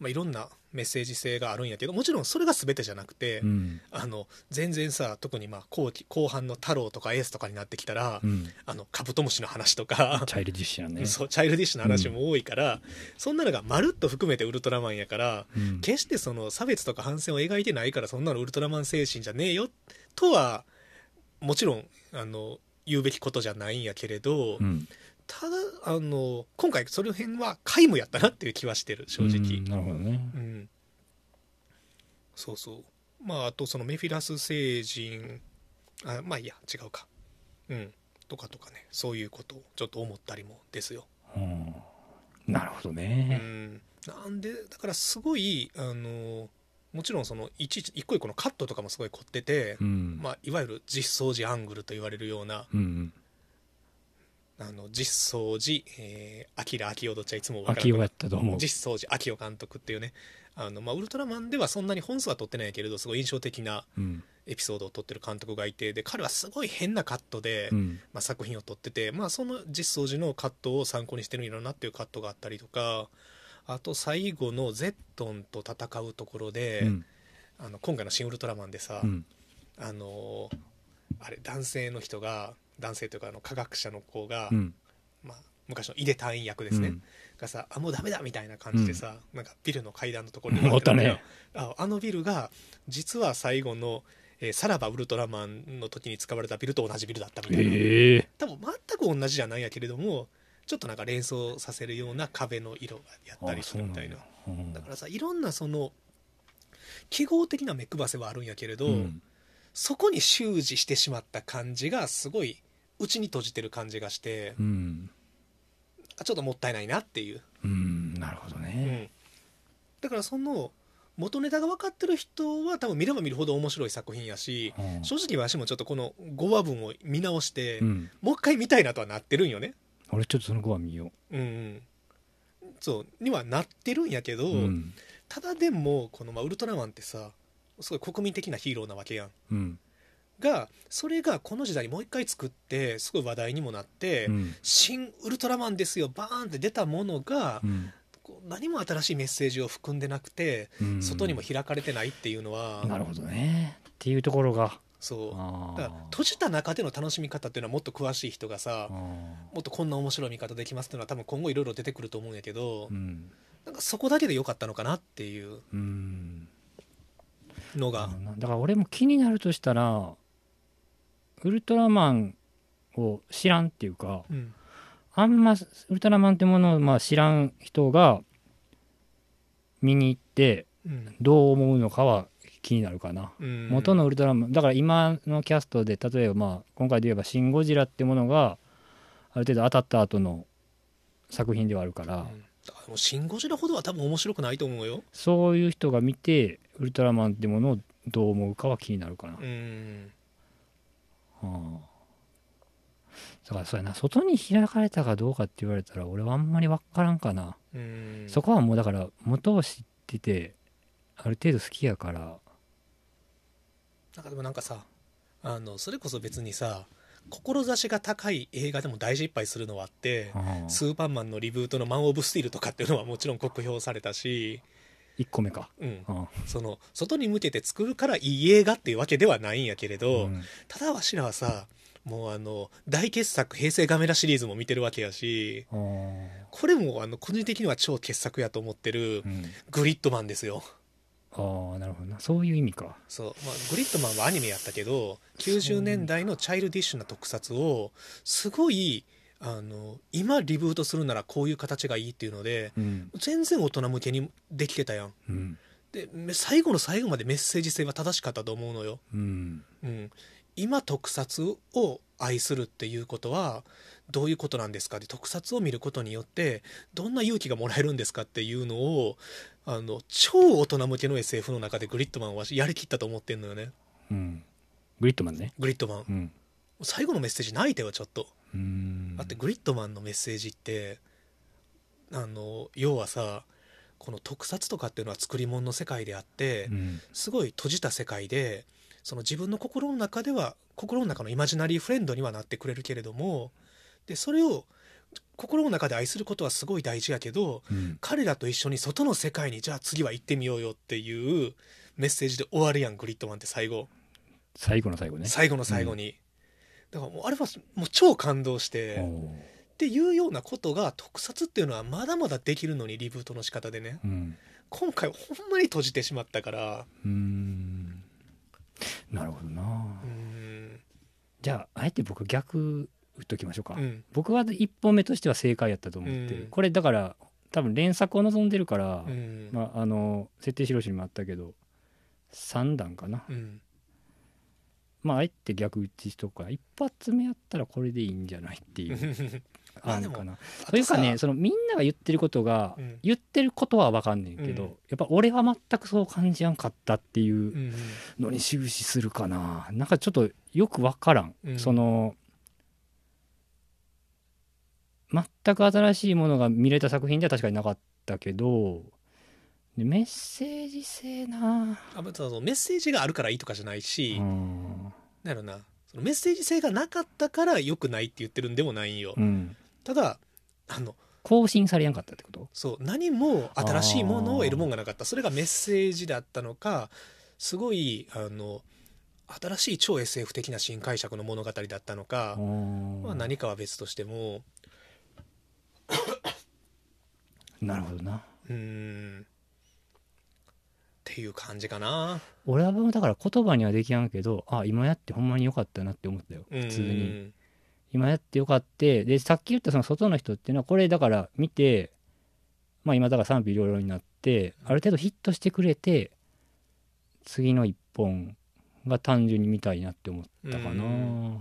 A: まあ、いろんなメッセージ性があるんやけどもちろんそれが全てじゃなくて、
B: うん
A: あの全然さ特にまあ後期後半の太郎とかエースとかになってきたら、
B: うん、
A: あのカブトムシの話とか、
B: チャイルディッシュやね
A: そうチャイルディッシュの話も多いから、そんなのがまるっと含めてウルトラマンやから
B: うん
A: 決してその差別とか反戦を描いてないからそんなのウルトラマン精神じゃねえよとはもちろんあの言うべきことじゃないんやけれど、
B: うん
A: ただあの今回その辺は皆無やったなっていう気はしてる正
B: う
A: 直
B: ん。なるほどね
A: うん、そうそうまああとそのメフィラス星人あまあいいや違うかうんとかとかねそういうことをちょっと思ったりもですよ、
B: うんなるほど
A: う
B: ね
A: ん、なんでだからすごいあのもちろんそのいちいち一個一個のカットとかもすごい凝ってて
B: う、ん
A: まあ、いわゆる実相寺アングルと言われるような
B: うん
A: あの実相寺、えー、秋田秋夫どっちはいつもわから
B: 秋
A: なく
B: を
A: な
B: や
A: る
B: ったと思う
A: 実相寺秋夫監督っていうねあの、まあ、ウルトラマンではそんなに本数は取ってないけれどすごい印象的な
B: うん
A: エピソードを撮ってる監督がいてで彼はすごい変なカットで、
B: うん
A: まあ、作品を撮ってて、まあ、その実相寺のカットを参考にしてるんやろうなっていうカットがあったりとかあと最後のゼットンと戦うところで、
B: うん
A: あの今回の「シン・ウルトラマン」でさ、
B: うん
A: あのーあれ男性の人が男性というかあの科学者の子が、
B: うん
A: まあ、昔の井出隊員役ですね、
B: うん
A: がさあもうダメだみたいな感じでさ、なんかビルの階段のところに
B: うん
A: 立ってるんだよ
B: おったね
A: ああのビルが実は最後の、えーさらばウルトラマンの時に使われたビルと同じビルだったみたいな、
B: ええ
A: 多分全く同じじゃないんやけれどもちょっとなんか連想させるような壁の色がやったりするみたいな
B: あそうなん
A: だ
B: だ
A: からさいろんなその記号的な目配せはあるんやけれど、
B: うん
A: そこに習字してしまった感じがすごい内に閉じてる感じがして、
B: うん
A: あちょっともったいないなっていう
B: うんなるほどね
A: だからその元ネタが分かってる人は多分見れば見るほど面白い作品やし、
B: うん
A: 正直私もちょっとこの5話分を見直して、
B: うん
A: もう一回見たいなとはなってるんよね
B: 俺ちょっとその子は見よ
A: うんうんそうにはなってるんやけど、
B: ううん
A: ただでもこの、まあ、ウルトラマンってさすごい国民的なヒーローなわけやん
B: うん
A: がそれがこの時代にもう一回作ってすごい話題にもなって「
B: うん
A: 新ウルトラマンですよ」バーンって出たものが、
B: うん
A: こう何も新しいメッセージを含んでなくて、
B: うん
A: 外にも開かれてないっていうのは、
B: なるほどねっていうところが
A: そう
B: あ
A: だから閉じた中での楽しみ方っていうのはもっと詳しい人がさ
B: あ
A: もっとこんな面白い見方できますっていうのは多分今後いろいろ出てくると思うんやけど、
B: うん
A: なんかそこだけで良かったのかなっていう
B: うん
A: のが、
B: だから俺も気になるとしたらウルトラマンを知らんっていうか
A: うん
B: あんまウルトラマンってものをまあ知らん人が見に行って
A: うん
B: どう思うのかは気になるかな、
A: うん
B: 元のウルトラマンだから今のキャストで例えばまあ今回で言えば「シン・ゴジラ」ってものがある程度当たった後の作品ではあるか
A: う
B: ら、
A: んだからもうシン・ゴジラほどは多分面白くないと思うよ。
B: そういう人が見てウルトラマンってものをどう思うかは気になるかな
A: うん
B: うんだからそうやな外に開かれたかどうかって言われたら俺はあんまり分からんかな、
A: うん
B: そこはもうだから元を知っててある程度好きやから
A: なんかでもなんかさあのそれこそ別にさ志が高い映画でも大失敗するのはあって、
B: うん
A: スーパーマンのリブートの「マン・オブ・スティール」とかっていうのはもちろん酷評されたし、
B: 1個目か
A: うん、
B: うん
A: その外に向けて作るからいい映画っていうわけではないんやけれど、
B: うん
A: ただわしらはさもうあの大傑作「平成ガメラ」シリーズも見てるわけやし
B: うん
A: これもあの個人的には超傑作やと思ってる
B: うん
A: グリッドマンですよ
B: ああなるほどなそういう意味か
A: そう、まあ、グリッドマンはアニメやったけど90年代のチャイルディッシュな特撮をすごいあの今リブートするならこういう形がいいっていうので
B: うん
A: 全然大人向けにできてたやん
B: うん
A: でめ最後の最後までメッセージ性は正しかったと思うのよ
B: うん
A: うん、今特撮を愛するっていうことはどういうことなんですかで特撮を見ることによってどんな勇気がもらえるんですかっていうのをあの超大人向けの SF の中でグリッドマンはやりきったと思ってんのよね
B: うんグリッドマンね
A: グリッドマン
B: うん
A: 最後のメッセージ泣いてよちょっと
B: うん
A: だってグリッドマンのメッセージってあの要はさこの特撮とかっていうのは作り物の世界であって、
B: うん
A: すごい閉じた世界でその自分の心の中では心の中のイマジナリーフレンドにはなってくれるけれどもでそれを心の中で愛することはすごい大事やけど
B: うん
A: 彼らと一緒に外の世界にじゃあ次は行ってみようよっていうメッセージで終わるやんグリッドマンって最後
B: 最後の最後ね
A: 最後の最後に、だからもうあれはもう超感動して、
B: お
A: っ
B: ー
A: ていうようなことが特撮っていうのはまだまだできるのにリブートの仕方でね
B: うん
A: 今回ほんまに閉じてしまったから
B: うーんなるほどな
A: うーん
B: じゃああえて僕逆打っときましょうか、
A: うん
B: 僕は一本目としては正解やったと思ってる、
A: うん
B: これだから多分連作を望んでるから、
A: うん、
B: まあ、あの設定資料集にもあったけど3段かな、
A: うん
B: まああえて逆打ちしとくから一発目やったらこれでいいんじゃないっていう
A: まあ
B: あ
A: で
B: る
A: も
B: かな
A: あ
B: というかね
A: さ
B: そのみんなが言ってることが、
A: うん
B: 言ってることは分かんねんけど、
A: うん
B: やっぱ俺は全くそう感じやんかったっていう
A: うん
B: のに終始するかな、なんかちょっとよく分からん、
A: うん
B: その全く新しいものが見れた作品では確かになかったけどでメッセージ性な
A: あまあそのメッセージがあるからいいとかじゃないし、
B: うん
A: なんやろなそのメッセージ性がなかったから良くないって言ってるんでもないんよ、
B: うん
A: ただあの
B: 更新されやんかったってこと
A: そう何も新しいものを得るもんがなかったそれがメッセージだったのかすごいあの新しい超 SF 的な新解釈の物語だったのか、まあ、何かは別としても
B: なるほどな
A: うーんっていう感じかな
B: 俺はもうだから言葉にはできやんけどあ今やってほんまによかったなって思ったよ
A: うん
B: 普通に今やってよかったでさっき言ったその外の人っていうのはこれだから見てまあ今だから賛否両論になってある程度ヒットしてくれて次の一本が単純に見たいなって思ったかな
A: うん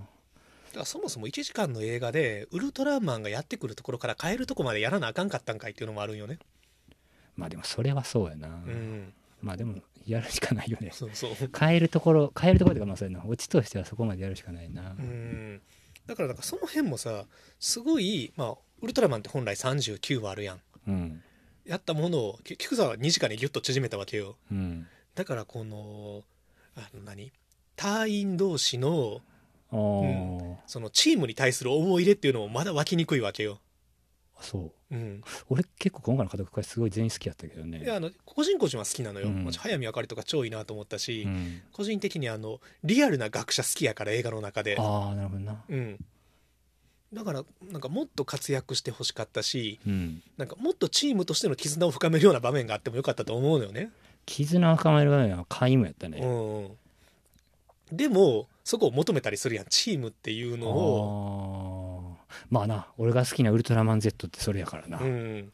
A: だからそもそも1時間の映画でウルトラマンがやってくるところから変えるとこまでやらなあかんかったんかいっていうのもあるんよね
B: まあでもそれはそうやな、
A: うん
B: まあでもやるしかないよね
A: そうそう
B: 変えるところ変えるところというかまあそうやなオチとしてはそこまでやるしかないな
A: うんだからなんかその辺もさすごい、まあ、ウルトラマンって本来39話あるやん
B: うん
A: やったものを結局さ2時間にギュッと縮めたわけよ
B: うん
A: だからこのあの何隊員同士の
B: あー、
A: そのチームに対する思い入れっていうのもまだ湧きにくいわけよ、
B: そ
A: う
B: う
A: ん、
B: 俺結構今回の家族会すごい全員好きやったけどね
A: いやあの個人個人は好きなのよ、
B: うん
A: もちろん早見あかりとか超いいなと思ったし、
B: うん、
A: 個人的にあのリアルな学者好きやから映画の中で、
B: ああなるほどな
A: うん、だからなんかもっと活躍してほしかったし
B: うん
A: なんかもっとチームとしての絆を深めるような場面があってもよかったと思うのよね。
B: 絆を深める場面は皆無やった
A: う
B: ね。
A: んうん、でもそこを求めたりするやんチームっていうのを、
B: あーまあな俺が好きなウルトラマン Z ってそれやからな。
A: うん、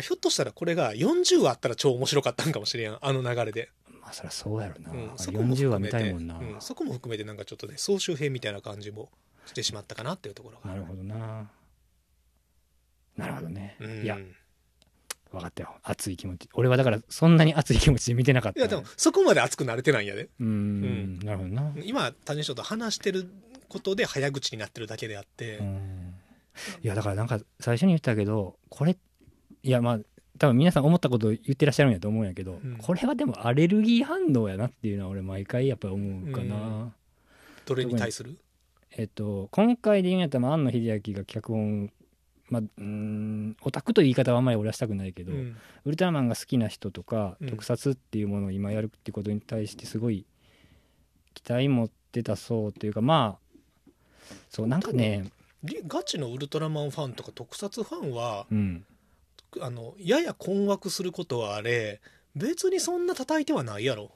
A: ひょっとしたらこれが40話あったら超面白かったんかもしれんあの流れで、
B: まあそりゃそうやろな。
A: うん、そこも
B: 40
A: 含め
B: 話見
A: て
B: たいもんな。
A: うん、そこも含めてなんかちょっとね総集編みたいな感じもしてしまったかなっていうところが。
B: なるほどな。なるほどね。
A: うん、
B: いや分かったよ熱い気持ち俺はだからそんなに熱い気持ちで見てなかった。
A: いやでもそこまで熱くなれてないんやで
B: うーんなるほどな。
A: 今谷人と話してることで早口になってるだけであって、
B: うんいやだからなんか最初に言ったけどこれいやまあ多分皆さん思ったこと言ってらっしゃるんやと思うんやけど、
A: うん
B: これはでもアレルギー反応やなっていうのは俺毎回やっぱ思うかな。
A: うんどれに対する
B: えっと、今回で言うんやったらまあ庵野秀明が脚本まあうーんオタクという言い方はあんまり俺はしたくないけど、
A: うん
B: ウルトラマンが好きな人とか、
A: うん
B: 特撮っていうものを今やるってことに対してすごい期待持ってたそうというかまあそうなんかね
A: でガチのウルトラマンファンとか特撮ファンは
B: うん
A: あのやや困惑することはあれ別にそんな叩いてはないやろ、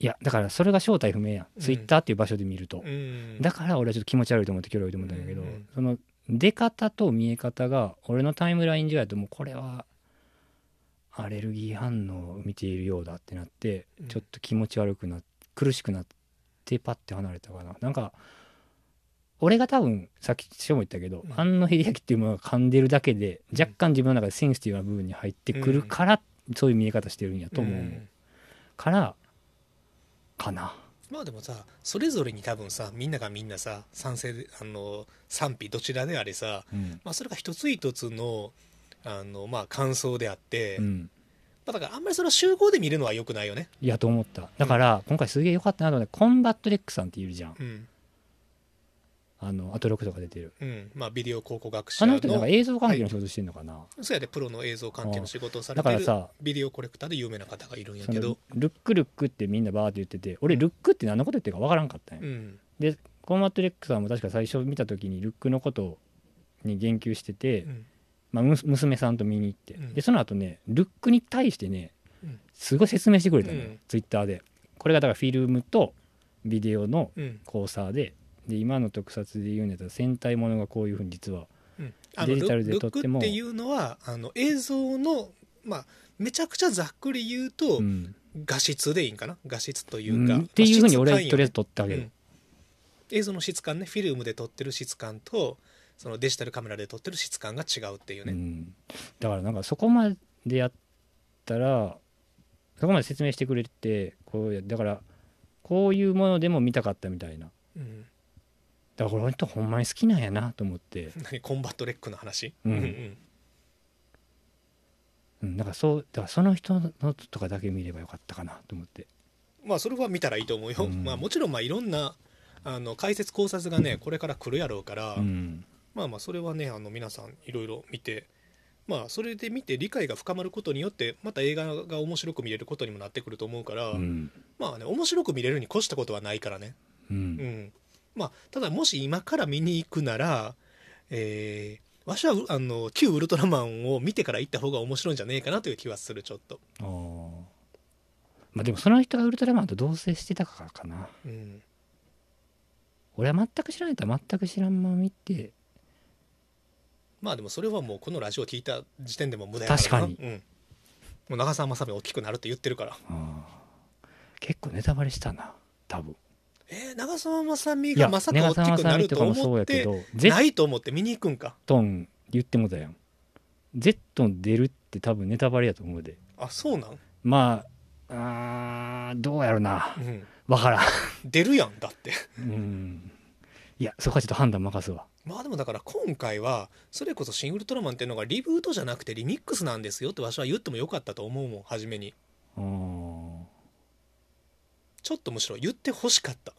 B: いやだからそれが正体不明やん、
A: うん
B: ツイッターっていう場所で見ると、
A: うん、
B: だから俺はちょっと気持ち悪いと思って今日悪いと思ったんだけど、
A: うんうん
B: その出方と見え方が俺のタイムライン上やともうこれはアレルギー反応を見ているようだってなって、
A: うん
B: ちょっと気持ち悪くな苦しくなってパッて離れたかななんか俺が多分さっき師匠も言ったけど
A: うん
B: 庵野秀明っていうものが噛んでるだけで
A: ん
B: 若干自分の中でセンシティブな部分に入ってくるから、そういう見え方してるんやと思う、
A: ん
B: からかな。
A: まあでもさそれぞれに多分さみんながみんなさ賛成であの賛否どちらであれさ、
B: うん
A: まあ、それが一つ一つのあの、まあ、感想であって、
B: うん
A: まあ、だからあんまりその集合で見るのはよくないよね。
B: いやと思っただから今回すげえ良かったなと思ってコンバットレックさんっているじゃん
A: うん
B: ああのアトロクとか出てる
A: うんまあ、ビデオ考古学者
B: あ
A: の
B: の人なんか映像関係の仕事してんのかな、
A: そうやでプロの映像関係の仕事をされ
B: だ
A: て
B: から
A: る
B: さ
A: ビデオコレクターで有名な方がいるんや
B: そ
A: け
B: の
A: ど、
B: ルックルックってみんなバーって言ってて俺ルックって何のこと言ってるかわからんかったん
A: う
B: や、
A: ん
B: でコーマットレックさんも確か最初見た時にルックのことに言及してて、
A: うん
B: まあ、む娘さんと見に行って、
A: うん
B: でその後ねルックに対してね
A: うん
B: すごい説明してくれたのよ、
A: うん
B: ツイッターでこれがだからフィルムとビデオの
A: うん
B: 交差でで今の特撮で言うんやったら戦隊ものがこういうふうに実は
A: うんあの
B: デジタルで
A: ルル
B: 撮っ
A: ッ
B: て
A: ク
B: も
A: っていうのはあの映像の、まあ、めちゃくちゃざっくり言うと、
B: うん
A: 画質でいいんかな画質といううか、
B: んっていうふうに俺
A: ま
B: は
A: あ質感よね
B: とりあえず撮ってあげ
A: う
B: る、
A: ん、映像の質感ねフィルムで撮ってる質感とそのデジタルカメラで撮ってる質感が違うっていう
B: う
A: ね、
B: ん、だからなんかそこまでやったらそこまで説明してくれてこうやだからこういうものでも見たかったみたいな
A: うん
B: だからこの人ほんまに好きなんやなと思って、
A: 何コンバットレックの話、
B: うん
A: ん
B: うん、だからそうだからその人のとかだけ見ればよかったかなと思って
A: まあそれは見たらいいと思うよ、
B: う ん
A: まあ、もちろんまあいろんなあの解説考察がねこれから来るやろうから、
B: うん
A: まあまあそれはねあの皆さんいろいろ見てまあそれで見て理解が深まることによってまた映画が面白く見れることにもなってくると思うから、
B: うん
A: まあね面白く見れるに越したことはないからね
B: う
A: うんん、まあただもし今から見に行くならえーわしはうあの旧ウルトラマンを見てから行った方が面白いんじゃねえかなという気はするちょっと、
B: あーまあでもその人がウルトラマンと同棲してたからかな
A: うん、
B: 俺は全く知らないとは全く知らんまま見て
A: まあでもそれはもうこのラジオ聞いた時点でも無駄やからな
B: 確かに
A: うん、もう長澤まさみ大きくなるって言ってるから
B: あー結構ネタバレしたな多分
A: えー長澤まさみ
B: い
A: が
B: や
A: まさか
B: 長
A: 大き
B: 澤ま
A: く
B: さ
A: な
B: み
A: る
B: と
A: と
B: かもそう
A: 思っ
B: やけ
A: て
B: どゼッ
A: ないと思って見に行くんか
B: トン言ってもだやんゼットン出るって多分ネタバレやと思うで
A: あそうなん、
B: まああーどうやろな
A: うん、
B: わからん
A: 出るやんだって
B: うんいやそこはちょっと判断任すわ
A: まあでもだから今回はそれこそ「シン・ウルトラマン」っていうのがリブートじゃなくてリミックスなんですよってわしは言ってもよかったと思うもん初めに
B: あー
A: ちょっとむしろ言ってほしかった、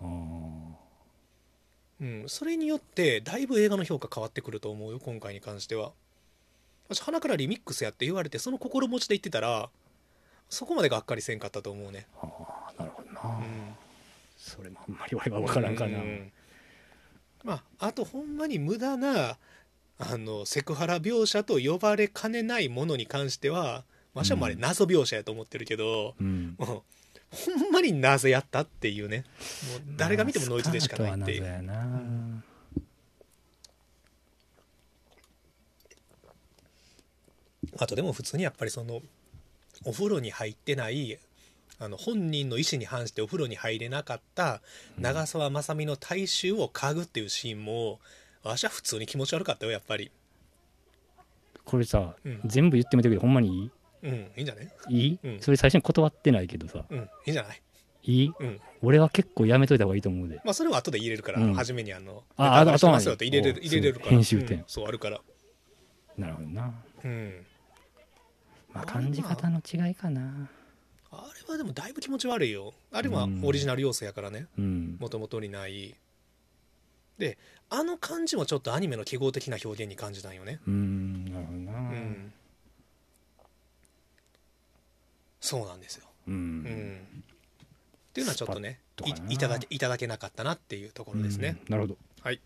B: あー
A: うん、それによってだいぶ映画の評価変わってくると思うよ今回に関しては私鼻からリミックスやって言われてその心持ちで言ってたらそこまでがっかりせんかったと思うね、
B: あーなるほどな、
A: うん、
B: それもあんまり俺は分からんかな、
A: うんまああとほんまに無駄なあのセクハラ描写と呼ばれかねないものに関してはわしはもうあれ
B: うん
A: 謎描写やと思ってるけど、
B: うん
A: もうほんまになぜやったっていうねもう誰が見てもノイズでしかないってい
B: スカ
A: う
B: ートは謎やな、
A: あとでも普通にやっぱりそのお風呂に入ってないあの本人の意思に反してお風呂に入れなかった長澤まさみの体臭を嗅ぐっていうシーンもわしは普通に気持ち悪かったよやっぱり
B: これさ、
A: うん
B: 全部言ってみてくれほんまに
A: うんいいんじゃない
B: いいいい、
A: うん
B: それ最初に断ってないけどさ
A: うんいいんじゃない
B: いい
A: うん
B: 俺は結構やめといた方がいいと思うで
A: まあそれは後で入れるから、
B: うん
A: 初めにあの
B: あ
A: ネタバレして
B: あ
A: ますよって
B: 後
A: 入
B: なん
A: れ
B: や
A: れる入れれるから
B: お編集点
A: うんそうあるから
B: なるほどな
A: うん
B: まあ
A: あー
B: 感じ方の違いかな
A: あれはでもだいぶ気持ち悪いよあれは
B: うん
A: オリジナル要素やからね
B: うん
A: もともとにないであの感じもちょっとアニメの記号的な表現に感じたんよね
B: うんなるほどな
A: うん、そうなんですよ
B: うん、
A: うん、っていうのはちょっとね
B: スパッとかない
A: いただけいただけなかったなっていうところですね、
B: うんなるほど
A: はい。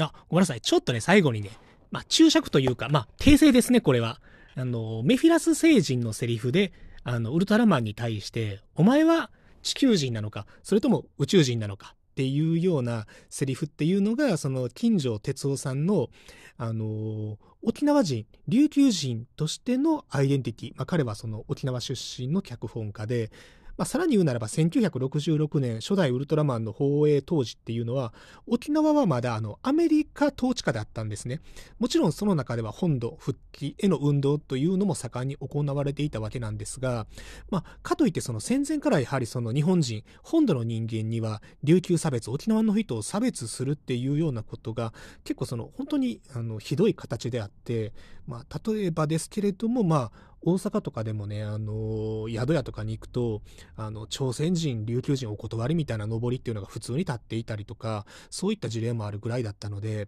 A: あ、ごめんなさい。ちょっとね、最後にね、まあ、注釈というか、まあ、訂正ですね、これは。あの、メフィラス星人のセリフで、あの、ウルトラマンに対して、お前は地球人なのか、それとも宇宙人なのか、っていうようなセリフっていうのが、その、金城哲夫さんの、あの、沖縄人、琉球人としてのアイデンティティ。まあ、彼はその、沖縄出身の脚本家で、まあ、さらに言うならば1966年初代ウルトラマンの放映当時っていうのは沖縄はまだあのアメリカ統治下だったんですねもちろんその中では本土復帰への運動というのも盛んに行われていたわけなんですが、まあ、かといってその戦前からやはりその日本人本土の人間には琉球差別沖縄の人を差別するっていうようなことが結構その本当にあのひどい形であって、まあ、例えばですけれどもまあ大阪とかでもね、あの宿屋とかに行くと、あの、朝鮮人、琉球人お断りみたいな上りっていうのが普通に立っていたりとか、そういった事例もあるぐらいだったので、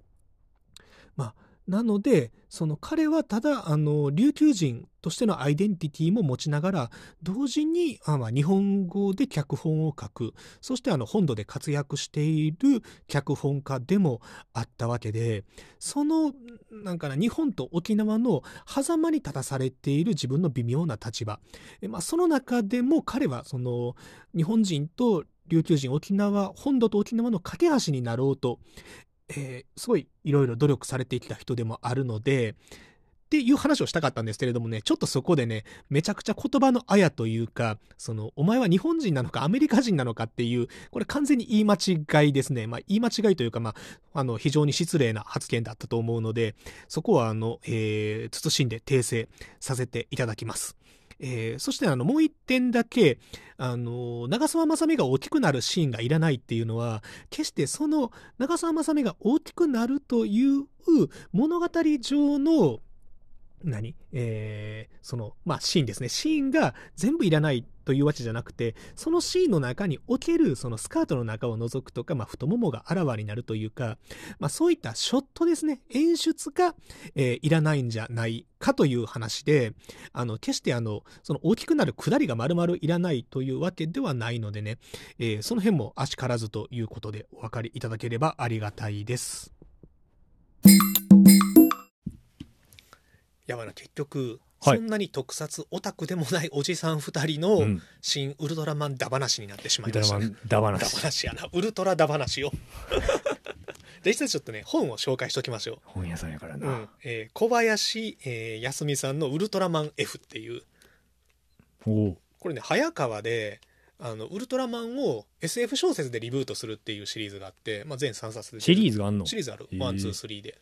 A: まあ、なので、その彼はただ、あの、琉球人としてのアイデンティティも持ちながら、同時に、あまあ、日本語で脚本を書く、そしてあの、本土で活躍している脚本家でもあったわけで、その、なんかな、日本と沖縄の狭間に立たされている自分の微妙な立場。えまあ、その中でも彼は、その、日本人と琉球人、沖縄、本土と沖縄の架け橋になろうと、えーすごいいろいろ努力されてきた人でもあるので、っていう話をしたかったんですけれどもね、ちょっとそこでね、めちゃくちゃ言葉のあやというか、その、お前は日本人なのかアメリカ人なのかっていう、これ完全に言い間違いですね。まあ、言い間違いというか、まあ、あの、非常に失礼な発言だったと思うので、そこは、あの、えー、慎んで訂正させていただきます。えーそしてあの、もう一点だけ、あの、長澤まさみが大きくなるシーンがいらないっていうのは、決してその長澤まさみが大きくなるという物語上の、何えーその、まあ、シーンですね。シーンが全部いらないというわけじゃなくて、そのシーンの中における、そのスカートの中を覗くとか、まあ、太ももがあらわになるというか、まあ、そういったショットですね。演出が、えーいらないんじゃないかという話で、あの、決してあの、その大きくなる下りが丸々いらないというわけではないのでね、えーその辺もあしからずということでお分かりいただければありがたいです。やばな、結局、
B: はい
A: そんなに特撮オタクでもないおじさん二人の、
B: うん、
A: 新ウルトラマンダ話になってしまい
B: みた
A: ま
B: い
A: した
B: な
A: ね。
B: ダバ
A: ダ
B: な
A: 話やな。ウルトラダ話を。 で、実はちょっとね、本を紹介しときましょう。
B: 本屋さんやから
A: う
B: な、
A: んえー小林、えー康美さんの「ウルトラマン F」っていう
B: おお
A: これね早川であのウルトラマンを SF 小説でリブートするっていうシリーズがあって、まあ、全3冊で
B: シリー
A: ズ
B: ズがあんの
A: シリーズある
B: へー
A: 123で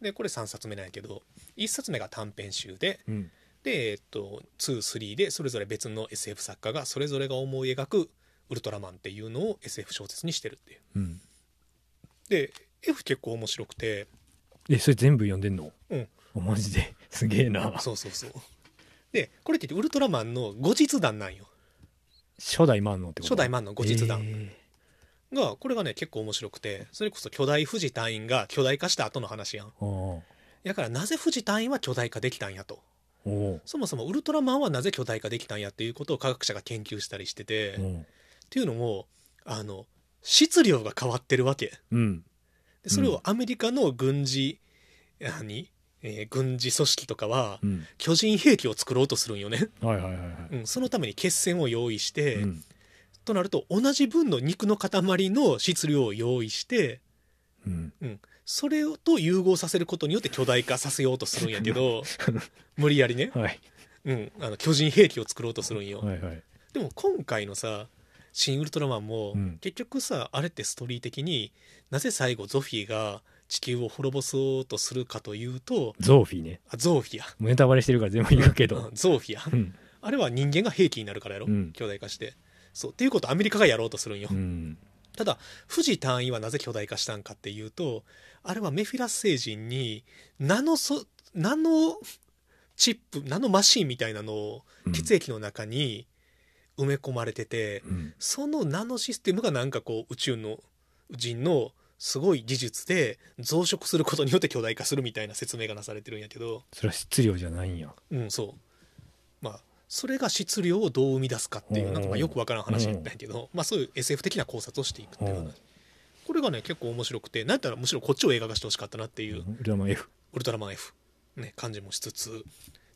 A: でこれ3冊目なんやけど1冊目が短編集で
B: うん、
A: で、えっと、23でそれぞれ別の SF 作家がそれぞれが思い描くウルトラマンっていうのを SF 小説にしてるっていう
B: うん、
A: で F 結構面白くて
B: えそれ全部読んでんの
A: うん
B: おマジで すげえな
A: そうそうそうでこれって言ってウルトラマンの後日談なんよ
B: 初代マンのってこと
A: 初代マンの後日談
B: え
A: がこれがね結構面白くてそれこそ巨大富士隊員が巨大化した後の話やん
B: ー、お
A: やからなぜ富士隊員は巨大化できたんやと
B: おお
A: そもそもウルトラマンはなぜ巨大化できたんやっていうことを科学者が研究したりしてて、
B: う
A: っ
B: ん
A: ていうのもあの質量が変わってるわけ
B: うん
A: でそれをアメリカの軍事、何、えー軍事組織とかは
B: うん
A: 巨人兵器を作ろうとするんよね、
B: はいはいはいはい
A: うん、そのために決戦を用意して、
B: うん
A: となると同じ分の肉の塊の質量を用意して
B: うん、
A: それと融合させることによって巨大化させようとするんやけど無理やりね、
B: はい
A: うん、あの巨人兵器を作ろうとするんよ、
B: はいはい
A: でも今回のさ「新ウルトラマンも」
B: うん
A: 結局さあれってストーリー的になぜ最後ゾフィーが地球を滅ぼそうとするかというと
B: ゾーフィーね
A: あゾフィア
B: もうネタバレしてるから全部言うけど
A: うんゾフィア
B: うん
A: あれは人間が兵器になるからやろ、
B: うん
A: 巨大化してそうっていうことをアメリカがやろうとするんよ、
B: うん
A: ただ富士単位はなぜ巨大化したんかっていうとあれはメフィラス星人にナノソナノチップナノマシンみたいなのを
B: うん
A: 血液の中に埋め込まれてて、
B: うん
A: そのナノシステムがなんかこう宇宙の人のすごい技術で増殖することによって巨大化するみたいな説明がなされてるんやけど
B: それは質量じゃないんや
A: うんそうまあそれが質量をどう生み出すかっていうなんかまあよくわからん話なんやけど、まあ、そういう SF 的な考察をしていくっていう話
B: うん
A: これがね結構面白くてなんやったらむしろこっちを映画化してほしかったなっていう、
B: ウルトラマン F
A: ウルトラマン F、ね、感じもしつつ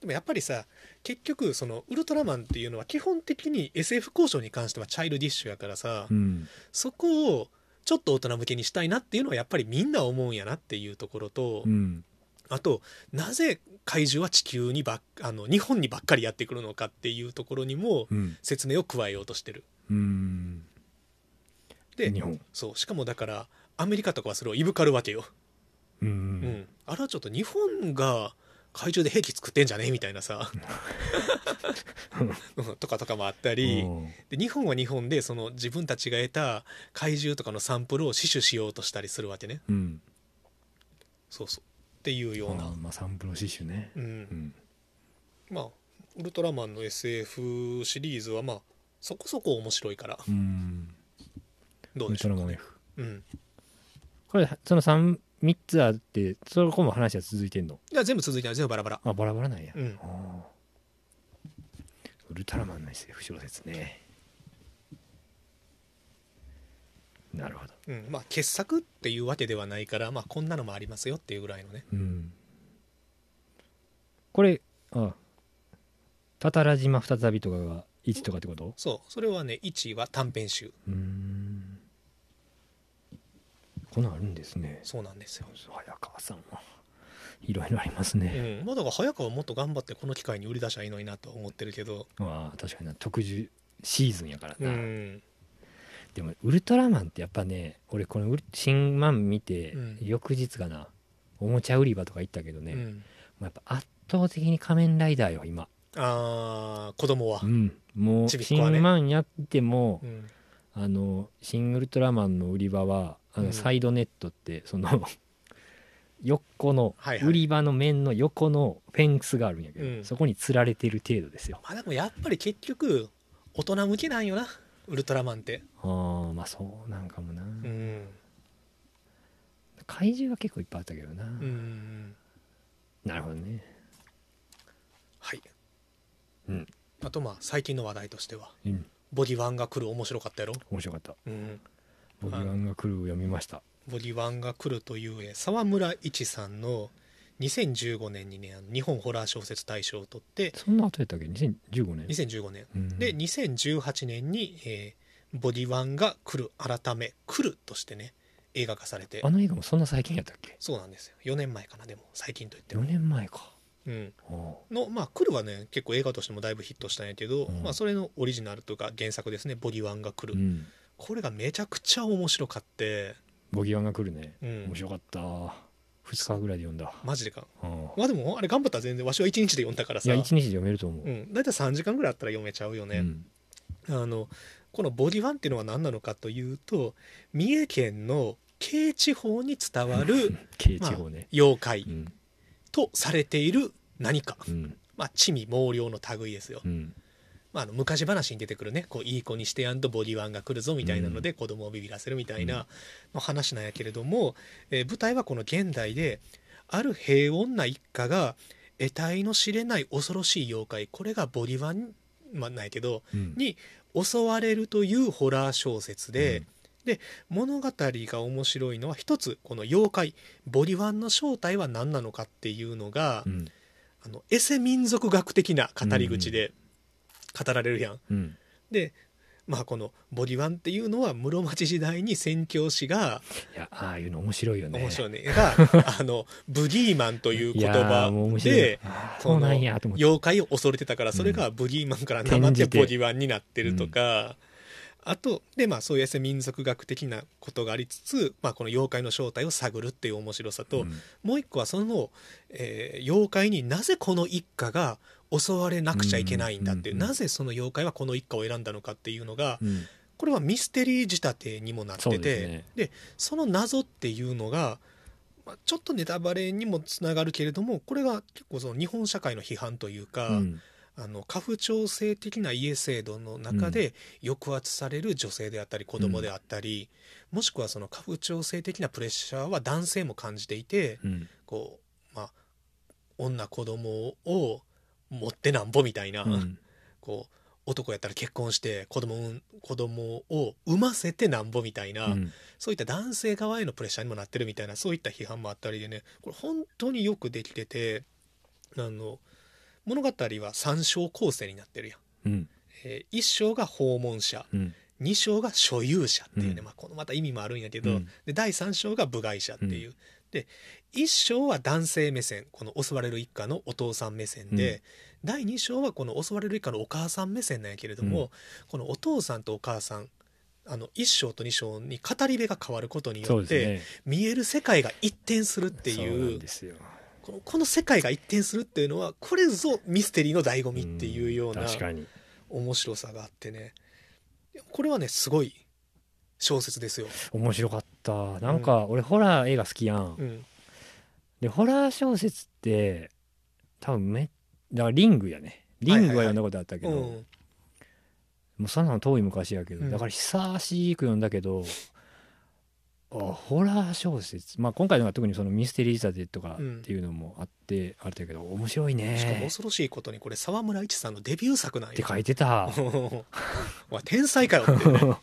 A: でもやっぱりさ結局そのウルトラマンっていうのは基本的に SF 交渉に関してはチャイルディッシュやからさ、
B: うん
A: そこをちょっと大人向けにしたいなっていうのはやっぱりみんな思うんやなっていうところと、
B: うん
A: あとなぜ怪獣は地球にばっあの日本にばっかりやってくるのかっていうところにも
B: うん
A: 説明を加えようとしてる。
B: うん
A: で
B: 日本
A: そうしかもだからアメリカとかはそれをいぶかるわけよ。
B: うんう
A: うんん、あれはちょっと日本が怪獣で兵器作ってんじゃねみたいなさうん とかとかもあったり
B: うん
A: で日本は日本でその自分たちが得た怪獣とかのサンプルを死守しようとしたりするわけね
B: うん
A: そうそうっていうような
B: あーまあサンプル刺繍ね
A: うん、
B: うん
A: まあウルトラマンの SF シリーズはまあそこそこ面白いから
B: うん
A: ど
B: ウ
A: うで
B: ル
A: し
B: ト
A: ょう
B: ラ
A: か
B: マン
A: ね
B: F
A: うん
B: これその 3, 三つあってそこも話は続いてんの
A: じゃあ全部続いては全部バラバラ
B: あバラバラなんや、
A: うん
B: あーウルトラマンの SF 小説ねなるほど
A: うんまあ傑作っていうわけではないからまあこんなのもありますよっていうぐらいのね
B: うんこれあたたら島再びとかが1とかってこと
A: そうそれはね1は短編集
B: うーんこんなんあるんですね
A: そうなんですよ、
B: 早川さんはいろいろあります
A: う
B: ね、
A: ん、まあだから早川もっと頑張ってこの機会に売り出しゃいいのになとは思ってるけど
B: まあ確かにな特需シーズンやから
A: う
B: な、
A: ん
B: でもウルトラマンってやっぱね俺このウル新マン見て、
A: うん
B: 翌日かなおもちゃ売り場とか行ったけどね、
A: う
B: も
A: ん、
B: うやっぱ圧倒的に仮面ライダーよ今、
A: あー子供は
B: う、ん、もう
A: ちびっこはね
B: 新マンやっても、
A: うん
B: あの新ウルトラマンの売り場はあ
A: う
B: の
A: ん
B: サイドネットって、その 横の
A: はいはい
B: 売り場の面の横のフェンスがあるんやけど、
A: うん
B: そこにつられてる程度ですよ
A: まあでもやっぱり結局大人向けなんよなウルトラマンって
B: あーまあそうなんかもな、
A: うん
B: 怪獣が結構いっぱいあったけどな、
A: うん
B: なるほどね
A: はい、
B: うん、
A: あとまあ最近の話題としては
B: うん
A: ボディワンが来る面白かったやろ、
B: 面白かった
A: うん、
B: 「ボディワンが来る」を読みました
A: ボディワンが来るというえ沢村一さんの2015年にねあの日本ホラー小説大賞を取って
B: そんな後やったっけ2015年、
A: 2015年
B: うん
A: で2018年に、えーボディワンが来る改め来るとしてね映画化されて
B: あの映画もそんな最近やったっけ
A: そうなんですよ4年前かなでも最近といって
B: 4
A: も、
B: 年前か
A: うん、
B: あー
A: のまあ来るはね結構映画としてもだいぶヒットしたんやけど、
B: うん
A: まあ、それのオリジナルというか原作ですねボディワンが来る、
B: うん
A: これがめちゃくちゃ面白かって、
B: ボディワンが来るね、
A: うん
B: 面白かった2日ぐらいで読んだ、
A: マジでか
B: うん
A: まあでもあれ頑張ったら全然わしは1日で読んだから
B: い
A: さ
B: や一日で読めると思う、
A: うん、大体3時間ぐらいあったら読めちゃうよ
B: う
A: ね、
B: ん
A: あのこのボディワンっていうのは何なのかというと三重県の慶地方に伝わ る
B: 軽地方ね、
A: 妖怪
B: うん
A: とされている何か、
B: うん
A: まあ、地味猛量の類ですよ、
B: うん
A: まあ、あの昔話に出てくるねこういい子にしてやんとボディワンが来るぞみたいなので子供をビビらせるみたいなの話なんやけれども、えー舞台はこの現代である平穏な一家が得体の知れない恐ろしい妖怪これがボディワン、まあ、なんやけど
B: うん
A: に襲われるというホラー小説で、
B: うん
A: で物語が面白いのは一つこの妖怪ボディワンの正体は何なのかっていうのが、
B: うん
A: あのエセ民族学的な語り口で語られるやん。
B: うん
A: でまあこのボディワンっていうのは室町時代に宣教師が
B: いやああいうの面白いよね
A: 面白
B: い
A: いねがあのブディーマンという言
B: やーもう
A: 葉
B: 面白い
A: で
B: あー
A: この
B: そうなんやと思って
A: 妖怪を恐れてたからそれがブディーマンからなまって
B: 転じて
A: ボディワンになってるとか、あとでまあそういうエ民族学的なことがありつつ、まあ、この妖怪の正体を探るっていう面白さと、
B: うん
A: もう一個はその、えー妖怪になぜこの一家が襲われなくちゃいけないんだっていう、
B: うんうんうん
A: なぜその妖怪はこの一家を選んだのかっていうのが、
B: うん
A: これはミステリー仕立てにもなって
B: そう
A: て
B: です
A: で,、
B: ね
A: その謎っていうのが、まあ、ちょっとネタバレにもつながるけれどもこれが結構その日本社会の批判というか、
B: うん
A: あの家父長制的な家制度の中で抑圧される女性であったり子供であったり、もしくはその家父長制的なプレッシャーは男性も感じていて、
B: うん
A: こうまあ女子供を持ってなんぼみたいな。
B: うん
A: こう男やったら結婚して子供うん子供を産ませてなんぼみたいな、
B: うん
A: そういった男性側へのプレッシャーにもなってるみたいなそういった批判もあったりでねこれ本当によくできててあの物語は三章構成になってるやん。
B: うん
A: えー、1章が訪問者
B: うん
A: 2章が所有者っていうね、
B: うん
A: まあ、このまた意味もあるんやけど、
B: うん
A: で第3章が部外者っていう、で1章は男性目線この襲われる一家のお父さん目線で、第2章はこの襲われる一家のお母さん目線なんやけれども、
B: うん
A: このお父さんとお母さんあの1章と2章に語り部が変わることに
B: そ
A: よ
B: う
A: っ
B: で
A: て、
B: すね
A: 見える世界が一転するって
B: そうないん
A: う
B: ですよ
A: このこの世界が一転するっていうのはこれぞミステリーの醍醐味っていうような。
B: ん確かに
A: 面白さがあってねこれはねすごい小説ですよ、
B: 面白かったなんか俺ホラー映画好きやん
A: うん、
B: でホラー小説って多分めだからリングやねリングは読んだことあったけ
A: う
B: ど、
A: ん
B: もうそんなの遠い昔やけど、
A: うん
B: だから久しく読んだけどあホラー小説、まあ、今回のが特にそのミステリー立てとかっていうのもあって、あれだけど面白い
A: しかも
B: ね
A: 恐ろしいことにこれ沢村一さんのデビュー作なんよ
B: って書いてた
A: おい天才かよって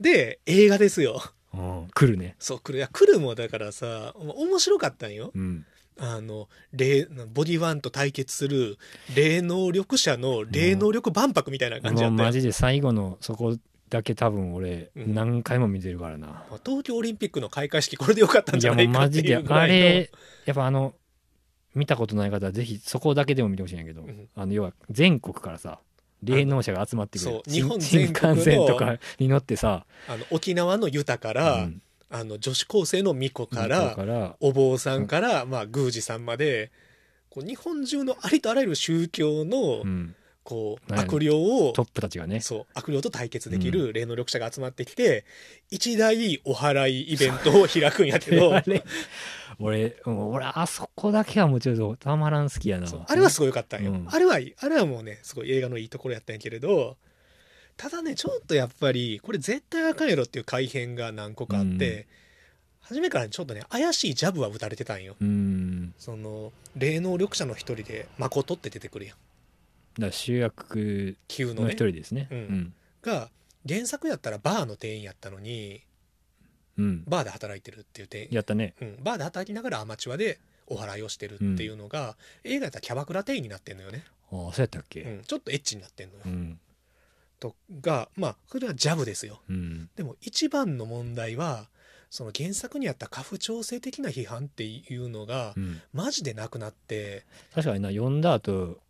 A: で映画ですよ
B: うん来るね
A: そう来るいや来るもだからさ面白かったんよ
B: うん
A: あの霊ボディワンと対決する霊能力者の霊能力万博みたいな感じ
B: も
A: や
B: う
A: ったよ
B: マジで最後のそこだけ多分俺
A: うん
B: 何回も見てるからな、
A: まあ東京オリンピックの開会式これでよかったん
B: い
A: じ
B: や
A: ゃな
B: もう
A: いか
B: マ
A: って
B: ジ
A: い
B: で
A: うぐ
B: あ
A: らい
B: れやっぱあの見たことない方はぜひそこだけでも見てほしいんやけど、
A: うん
B: あの要は全国からさ霊能者が集まってく
A: あの
B: る
A: そう
B: 新
A: 日本
B: 新
A: 全国の
B: 幹線とかに乗ってさ、
A: のあの沖縄のユタか
B: う
A: ら、
B: ん
A: あの女子高生の巫女から
B: 向こうから
A: お坊さんから、まあ、宮司さんまでこう日本中のありとあらゆる宗教の、
B: うん
A: こう
B: なんやね
A: 悪霊を
B: トップたちがね
A: そう悪霊と対決できる霊能力者が集まってきて、一大お祓いイベントを開くんやけど
B: あれ俺うん俺あそこだけはもうちょっとたまらん好きやな
A: そうあれはすごい良かったんよ、
B: うん
A: あれはいいあれはもうねすごい映画のいいところやったんやけれどただねちょっとやっぱりこれ絶対あかんやろっていう改変が何個かあって、
B: うん
A: 初めからちょっとね怪しいジャブは打たれてたんよ
B: うん
A: その霊能力者の一人で誠って出てくるやん
B: だから主役
A: 急の
B: の
A: ね
B: 一人ですね
A: う
B: うんん
A: が原作やったらバーの店員やったのに
B: うん
A: バーで働いてるっていう店員
B: やったね
A: うん、バーで働きながらアマチュアでお祓いをしてるっていうのが、映画やったらキャバクラ店員になってんのよね、
B: ああそうやったっ
A: う
B: け
A: ん、ちょっとエッチになってんのよ、
B: うん
A: とがまあそれはジャブですよ
B: うん
A: でも一番の問題はその原作にあった家父調整的な批判っていうのが、
B: うん
A: マジでなくなって
B: 確かにな読んだ後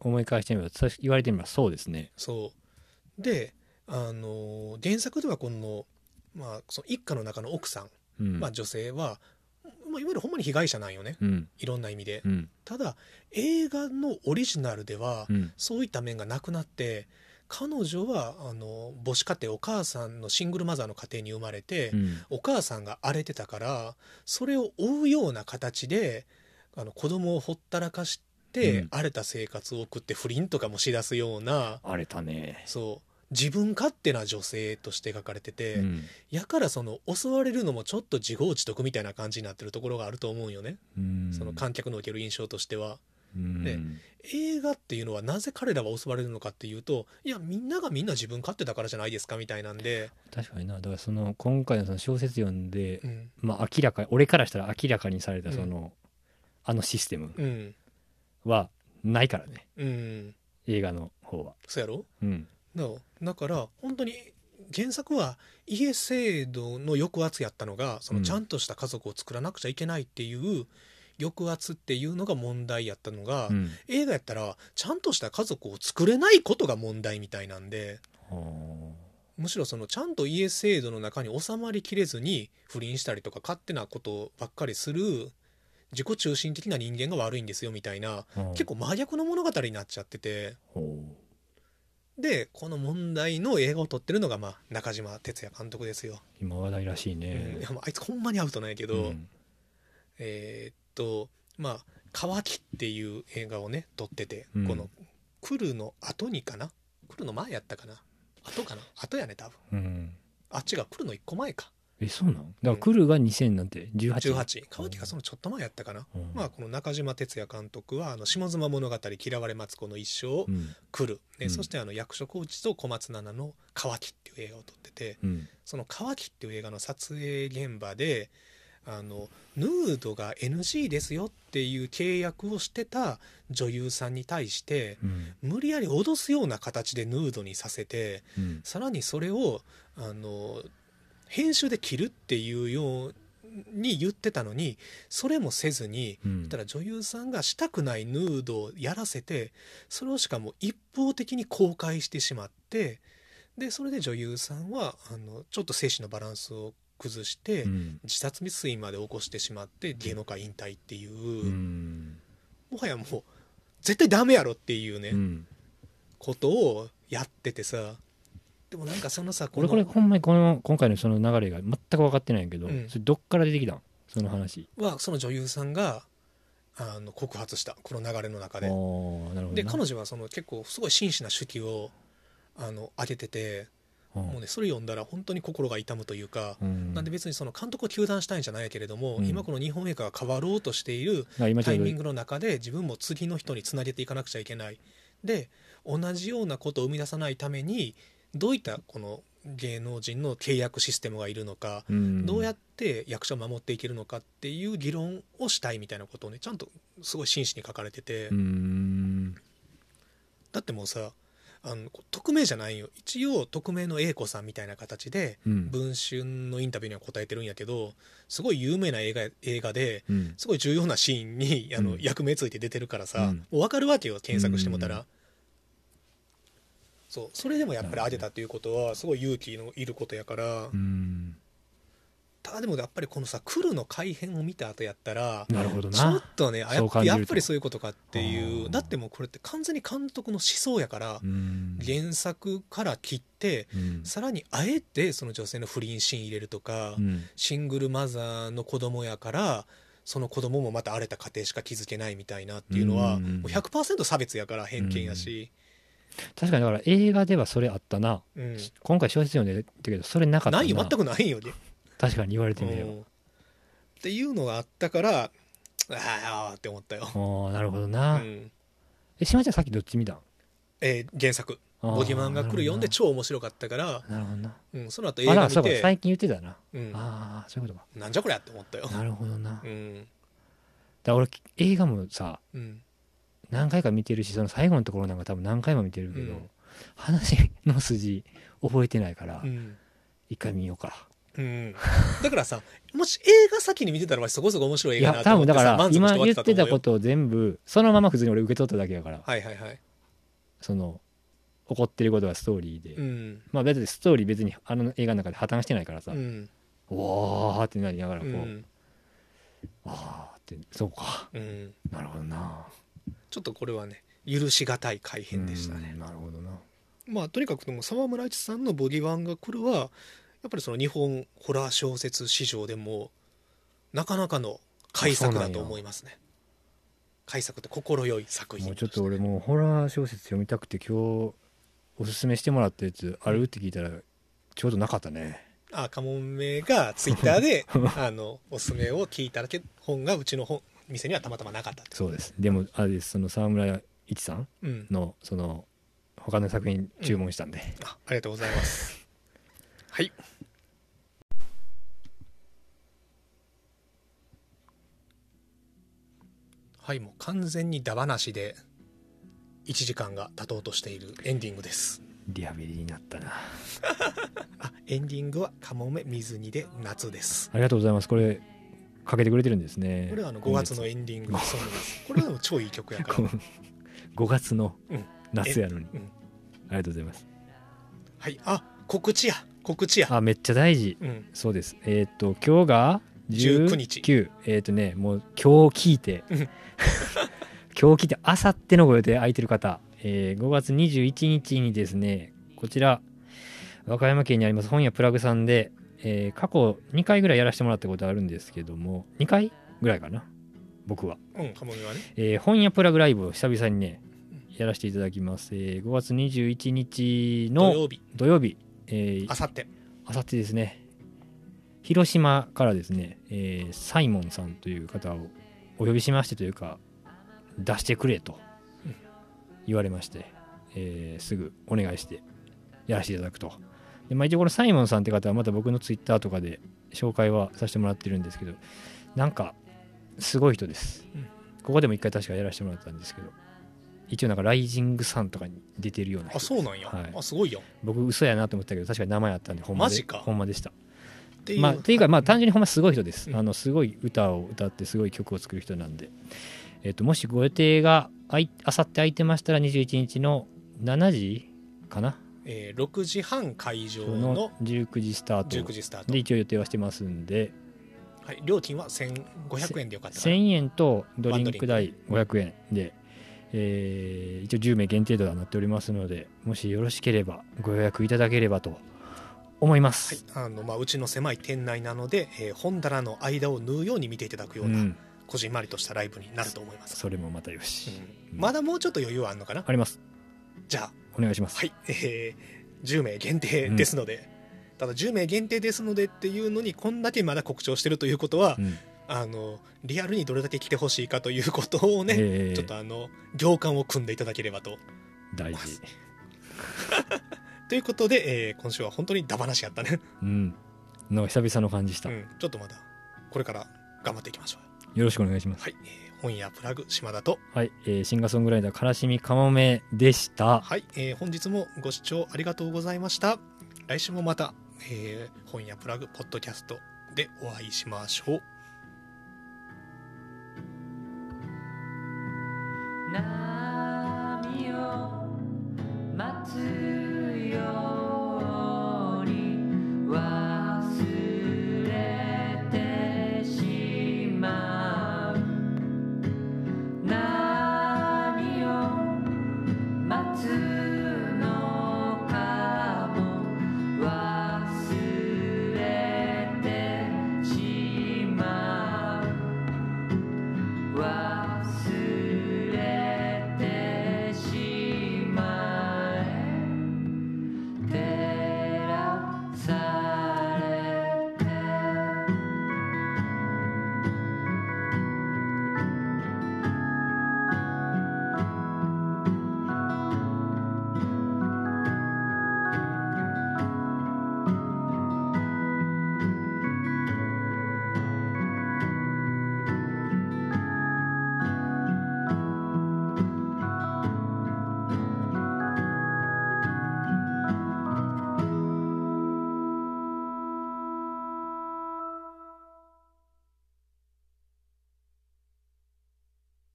B: 思い返してみれば確か言われてみればそうですね
A: そうであの原作ではこの,、まあ、その一家の中の奥さん、
B: うん
A: まあ、女性は、まあ、いわゆるほんまに被害者なんよね
B: うん
A: いろんな意味で、
B: うん
A: ただ映画のオリジナルでは、
B: うん
A: そういった面がなくなって彼女はあの母子家庭お母さんのシングルマザーの家庭に生まれて、
B: うん
A: お母さんが荒れてたからそれを追うような形であの子供をほったらかして、
B: うん
A: 荒れた生活を送って不倫とかもしだすような
B: 荒れたね
A: そう自分勝手な女性として描かれてて、
B: うん
A: やからその襲われるのもちょっと自業自得みたいな感じになってるところがあると思うんよね、
B: うん
A: その観客の受ける印象としては。
B: うん
A: で映画っていうのはなぜ彼らは襲われるのかっていうといやみんながみんな自分勝手だからじゃないですかみたいなんで、
B: 確かになだからその今回のその小説読んで
A: うん
B: まあ明らか俺からしたら明らかにされ
A: う
B: た
A: ん
B: その、あのシステム
A: うん
B: はないからね
A: うん、
B: 映画の方は
A: そうやろ
B: うん
A: だだから本当に原作は家制度の抑圧やったのがその
B: うん
A: ちゃんとした家族を作らなくちゃいけないっていう抑圧っていうのが問題やったのが、
B: うん
A: 映画やったらちゃんとした家族を作れないことが問題みたいなんで
B: あー
A: むしろそのちゃんと家制度の中に収まりきれずに不倫したりとか勝手なことばっかりする自己中心的な人間が悪いんですよみたいな
B: あー
A: 結構真逆の物語になっちゃってて
B: ほう
A: でこの問題の映画を撮ってるのがまあ中島哲也監督ですよ、
B: 今話題らしい
A: うんい
B: ね
A: や、もうあいつほんまにアウトなんやけど、
B: うん
A: えーっとまあ「乾き」っていう映画をね撮ってて、
B: うん
A: この「来る」の後にかな来るの前やったかな後かな後やね多分
B: うん
A: あっちが来るの1個前か
B: えそうなんだから来るが2000なんて18
A: 18乾きがそのちょっと前やったかな、
B: うん
A: まあこの中島哲也監督は「あの下妻物語嫌われ松子の一生」を
B: うん
A: 来る、ね
B: うん
A: そしてあの役所広司と小松菜奈の「乾き」っていう映画を撮ってて
B: うん
A: その「乾き」っていう映画の撮影現場であのヌードが NG ですよっていう契約をしてた女優さんに対して
B: うん
A: 無理やり脅すような形でヌードにさせて
B: うん
A: さらにそれをあの編集で切るっていうように言ってたのにそれもせずに
B: うん
A: だから女優さんがしたくないヌードをやらせてそれをしかも一方的に公開してしまってでそれで女優さんはあのちょっと精神のバランスを崩して、
B: うん
A: 自殺未遂まで起こしてしまって芸能界引退っていう、
B: うん
A: もはやもう絶対ダメやろっていうね、
B: うん
A: ことをやっててさでもなんかそのさ
B: 俺これほんまにこの今回のその流れが全く分かってないんやけど、
A: うん
B: それどっから出てきたんその話
A: はその女優さんがあの告発したこの流れの中
B: あ
A: で
B: ーなるほどな。
A: で彼女はその結構すごい真摯な手記をあの上げててもうねそれ読んだら本当に心が痛むというか、
B: うん、
A: なんで別にその監督を糾弾したいんじゃないけれども、
B: うん
A: 今この日本映画が変わろうとしている
B: あ今ち
A: タ
B: ょう
A: イ
B: ど
A: ミングの中で自分も次の人につなげていかなくちゃいけないで同じようなことを生み出さないためにどういったこの芸能人の契約システムがいるのか、
B: うん
A: どうやって役者を守っていけるのかっていう議論をしたいみたいなことをねちゃんとすごい真摯に書かれてて、
B: うん
A: だってもうさあの匿名じゃないよ一応匿名の A 子さんみたいな形で
B: うん
A: 文春のインタビューには答えてるんやけどすごい有名な映画映画で
B: うん
A: すごい重要なシーンにあの、
B: うん
A: 役名ついて出てるからさ、
B: うん
A: もう分かるわけよ検索してもたら、
B: うん
A: そうそれでもやっぱり当てたということはすごい勇気のいることやから、
B: うん
A: ただでもやっぱりこのさ「来る」の改編を見た後やったら
B: なるほど
A: ちょっ
B: な。
A: とねあや
B: そう
A: っ
B: 感
A: ぱ
B: じ
A: や
B: ると
A: っぱりそういうことかってい
B: あ
A: う
B: ー
A: だってもうこれって完全に監督の思想やから、
B: うん
A: 原作から切って
B: うん
A: さらにあえてその女性の不倫シーン入れるとか、
B: うん
A: シングルマザーの子供やからその子供もまた荒れた家庭しか築けないみたいなっていうのは
B: うんうんうん
A: もう100%差別やから偏見やし、
B: 確かにだから映画ではそれあったな。
A: うん
B: 今回小説読んでるけどそれなかったな。
A: ないよ全くないよね。
B: 確かに言われてみれば
A: う。んっていうのがあったからああって思ったよ。
B: ああなるほど
A: う
B: な。
A: ん
B: え島ちゃんさっきどっち見たん
A: えー原作「
B: あー
A: ボギマンが来る」読んで超面白かったから、
B: なるほどな。
A: うん、その後
B: あ
A: 映
B: だか
A: 画
B: らそ
A: 見
B: うか
A: て、
B: 最近言ってたな。
A: うん、
B: ああそういうこと
A: なんじゃこりゃって思ったよ
B: か。。なるほどな。だか
A: うん
B: ら俺映画もさ
A: うん
B: 何回か見てるしその最後のところなんか多分何回も見てるけど、
A: うん
B: 話の筋覚えてないから
A: うん
B: 一回見ようか。
A: うん、だからさもし映画先に見てたらわしそこそこ面白い映
B: い
A: 画
B: や
A: なと
B: 多
A: 思
B: 分
A: って
B: だか
A: さ
B: ら
A: 満足して
B: 今
A: 終わ
B: 言
A: ってと
B: ったて
A: 思
B: た
A: うよ
B: ことを全部そのまま普通に俺受け取っただけだから
A: はいはいはい
B: その起こってることがストーリーで、
A: うん
B: まあ別にストーリー別にあの映画の中で破綻してないからさ、
A: うん
B: わーってなりながら
A: う
B: こう、
A: ん
B: わーってそうか
A: うん
B: なるほどな
A: ちょっとこれはね許しがたい改編でしたね、
B: うんなるほどな
A: まあとにかくでも沢村一さんの「ボディワンが来る」はやっぱりその日本ホラー小説史上でもなかなかの改作だと思いますね改作って心よい作品
B: もうちょっと俺もうホラー小説読みたくて今日おすすめしてもらったやつあるって聞いたらちょうどなかったね
A: あカモメがツイッターであのおすすめを聞いただけ本がうちの本店にはたまたまなかったって
B: そうですでもあれですその沢村一さん
A: うん
B: のその他の作品注文したんで、
A: あありがとうございます。はい。はい、もう完全にダバなしで1時間が経とうとしているエンディングです。
B: リハビリになったな
A: あ、エンディングはカモメ水煮で夏です。
B: ありがとうございますこれかけてくれてるんですね
A: これはあの5月 のエンディングのソングです。これはでも超いい曲やから。
B: 5月の
A: うん
B: 夏やのに、
A: うん
B: ありがとうございます
A: はい。あ、告知や。告知や。
B: あめっちゃ大事
A: うん。
B: そうですえーっと今日が
A: 19日
B: 19えーっとねもう今日聞い て
A: うん
B: 今日聞いてあさってのご予定空いてる方、えー5月21日にですねこちら和歌山県にあります本屋プラグさんで、えー過去2回ぐらいやらせてもらったことあるんですけども2回ぐらいかな僕は
A: うん、カモメはね。
B: えー本屋プラグライブを久々にねやらせていただきます、えー5月21日
A: 土
B: の
A: 曜日、
B: 土曜日えー
A: あさって。
B: あさってですね広島からですね、えーサイモンさんという方をお呼びしましてというか出してくれと
A: うん
B: 言われまして、えーすぐお願いしてやらせていただくとで、まあ、一応このサイモンさんって方はまた僕のツイッターとかで紹介はさせてもらってるんですけどなんかすごい人です、
A: うん
B: ここでも一回確かやらせてもらったんですけど一応なんかライジングさんとかに出てるような人
A: あ、そうなんや。
B: はい
A: あ、すごいやん。っ
B: 僕嘘やなと思ってたけど確かに名前あったんでほんまで
A: マジか
B: ほんまでした
A: ていう。
B: まあ、というか、まあ、単純にほんますごい人です、
A: うん
B: あのすごい歌を歌ってすごい曲を作る人なんで、えっともしご予定があいあさって空いてましたら21日の7時かな
A: えー6時半会場
B: の
A: の
B: 19時スタート
A: 19時スタート
B: で一応予定はしてますんで
A: はい、料金は1500円でよかったかな
B: 1000円とドリンク
A: ワンド
B: 代500円で、えー一応10名限定とはなっておりますのでもしよろしければご予約いただければと思います、
A: はいあのまあ、うちの狭い店内なので、えー本棚の間を縫うように見ていただくよう
B: う
A: な、
B: ん
A: こじんまりとしたライブになると思います、
B: それもまたよし、
A: うんまだもうちょっと余裕はあるのかな
B: あります
A: じゃあ
B: お願いします、
A: はい、えー10名限定ですので、ただ10名限定ですのでっていうのにこんだけまだ告知をしてるということは、
B: うん
A: あのリアルにどれだけ来てほしいかということをね、
B: えー
A: ちょっとあの行間を組んでいただければと。
B: 大事
A: ということで、えー今週は本当にダバなしやったね、
B: うんなんか久々の感じした、
A: うん、ちょっとまだこれから頑張っていきましょう
B: よろしくお願いします
A: はい、えー本屋プラグ島田と
B: はい、えーシンガーソングライターからしみかもめでした
A: はい、えー本日もご視聴ありがとうございました来週もまた、えー本屋プラグポッドキャストでお会いしましょう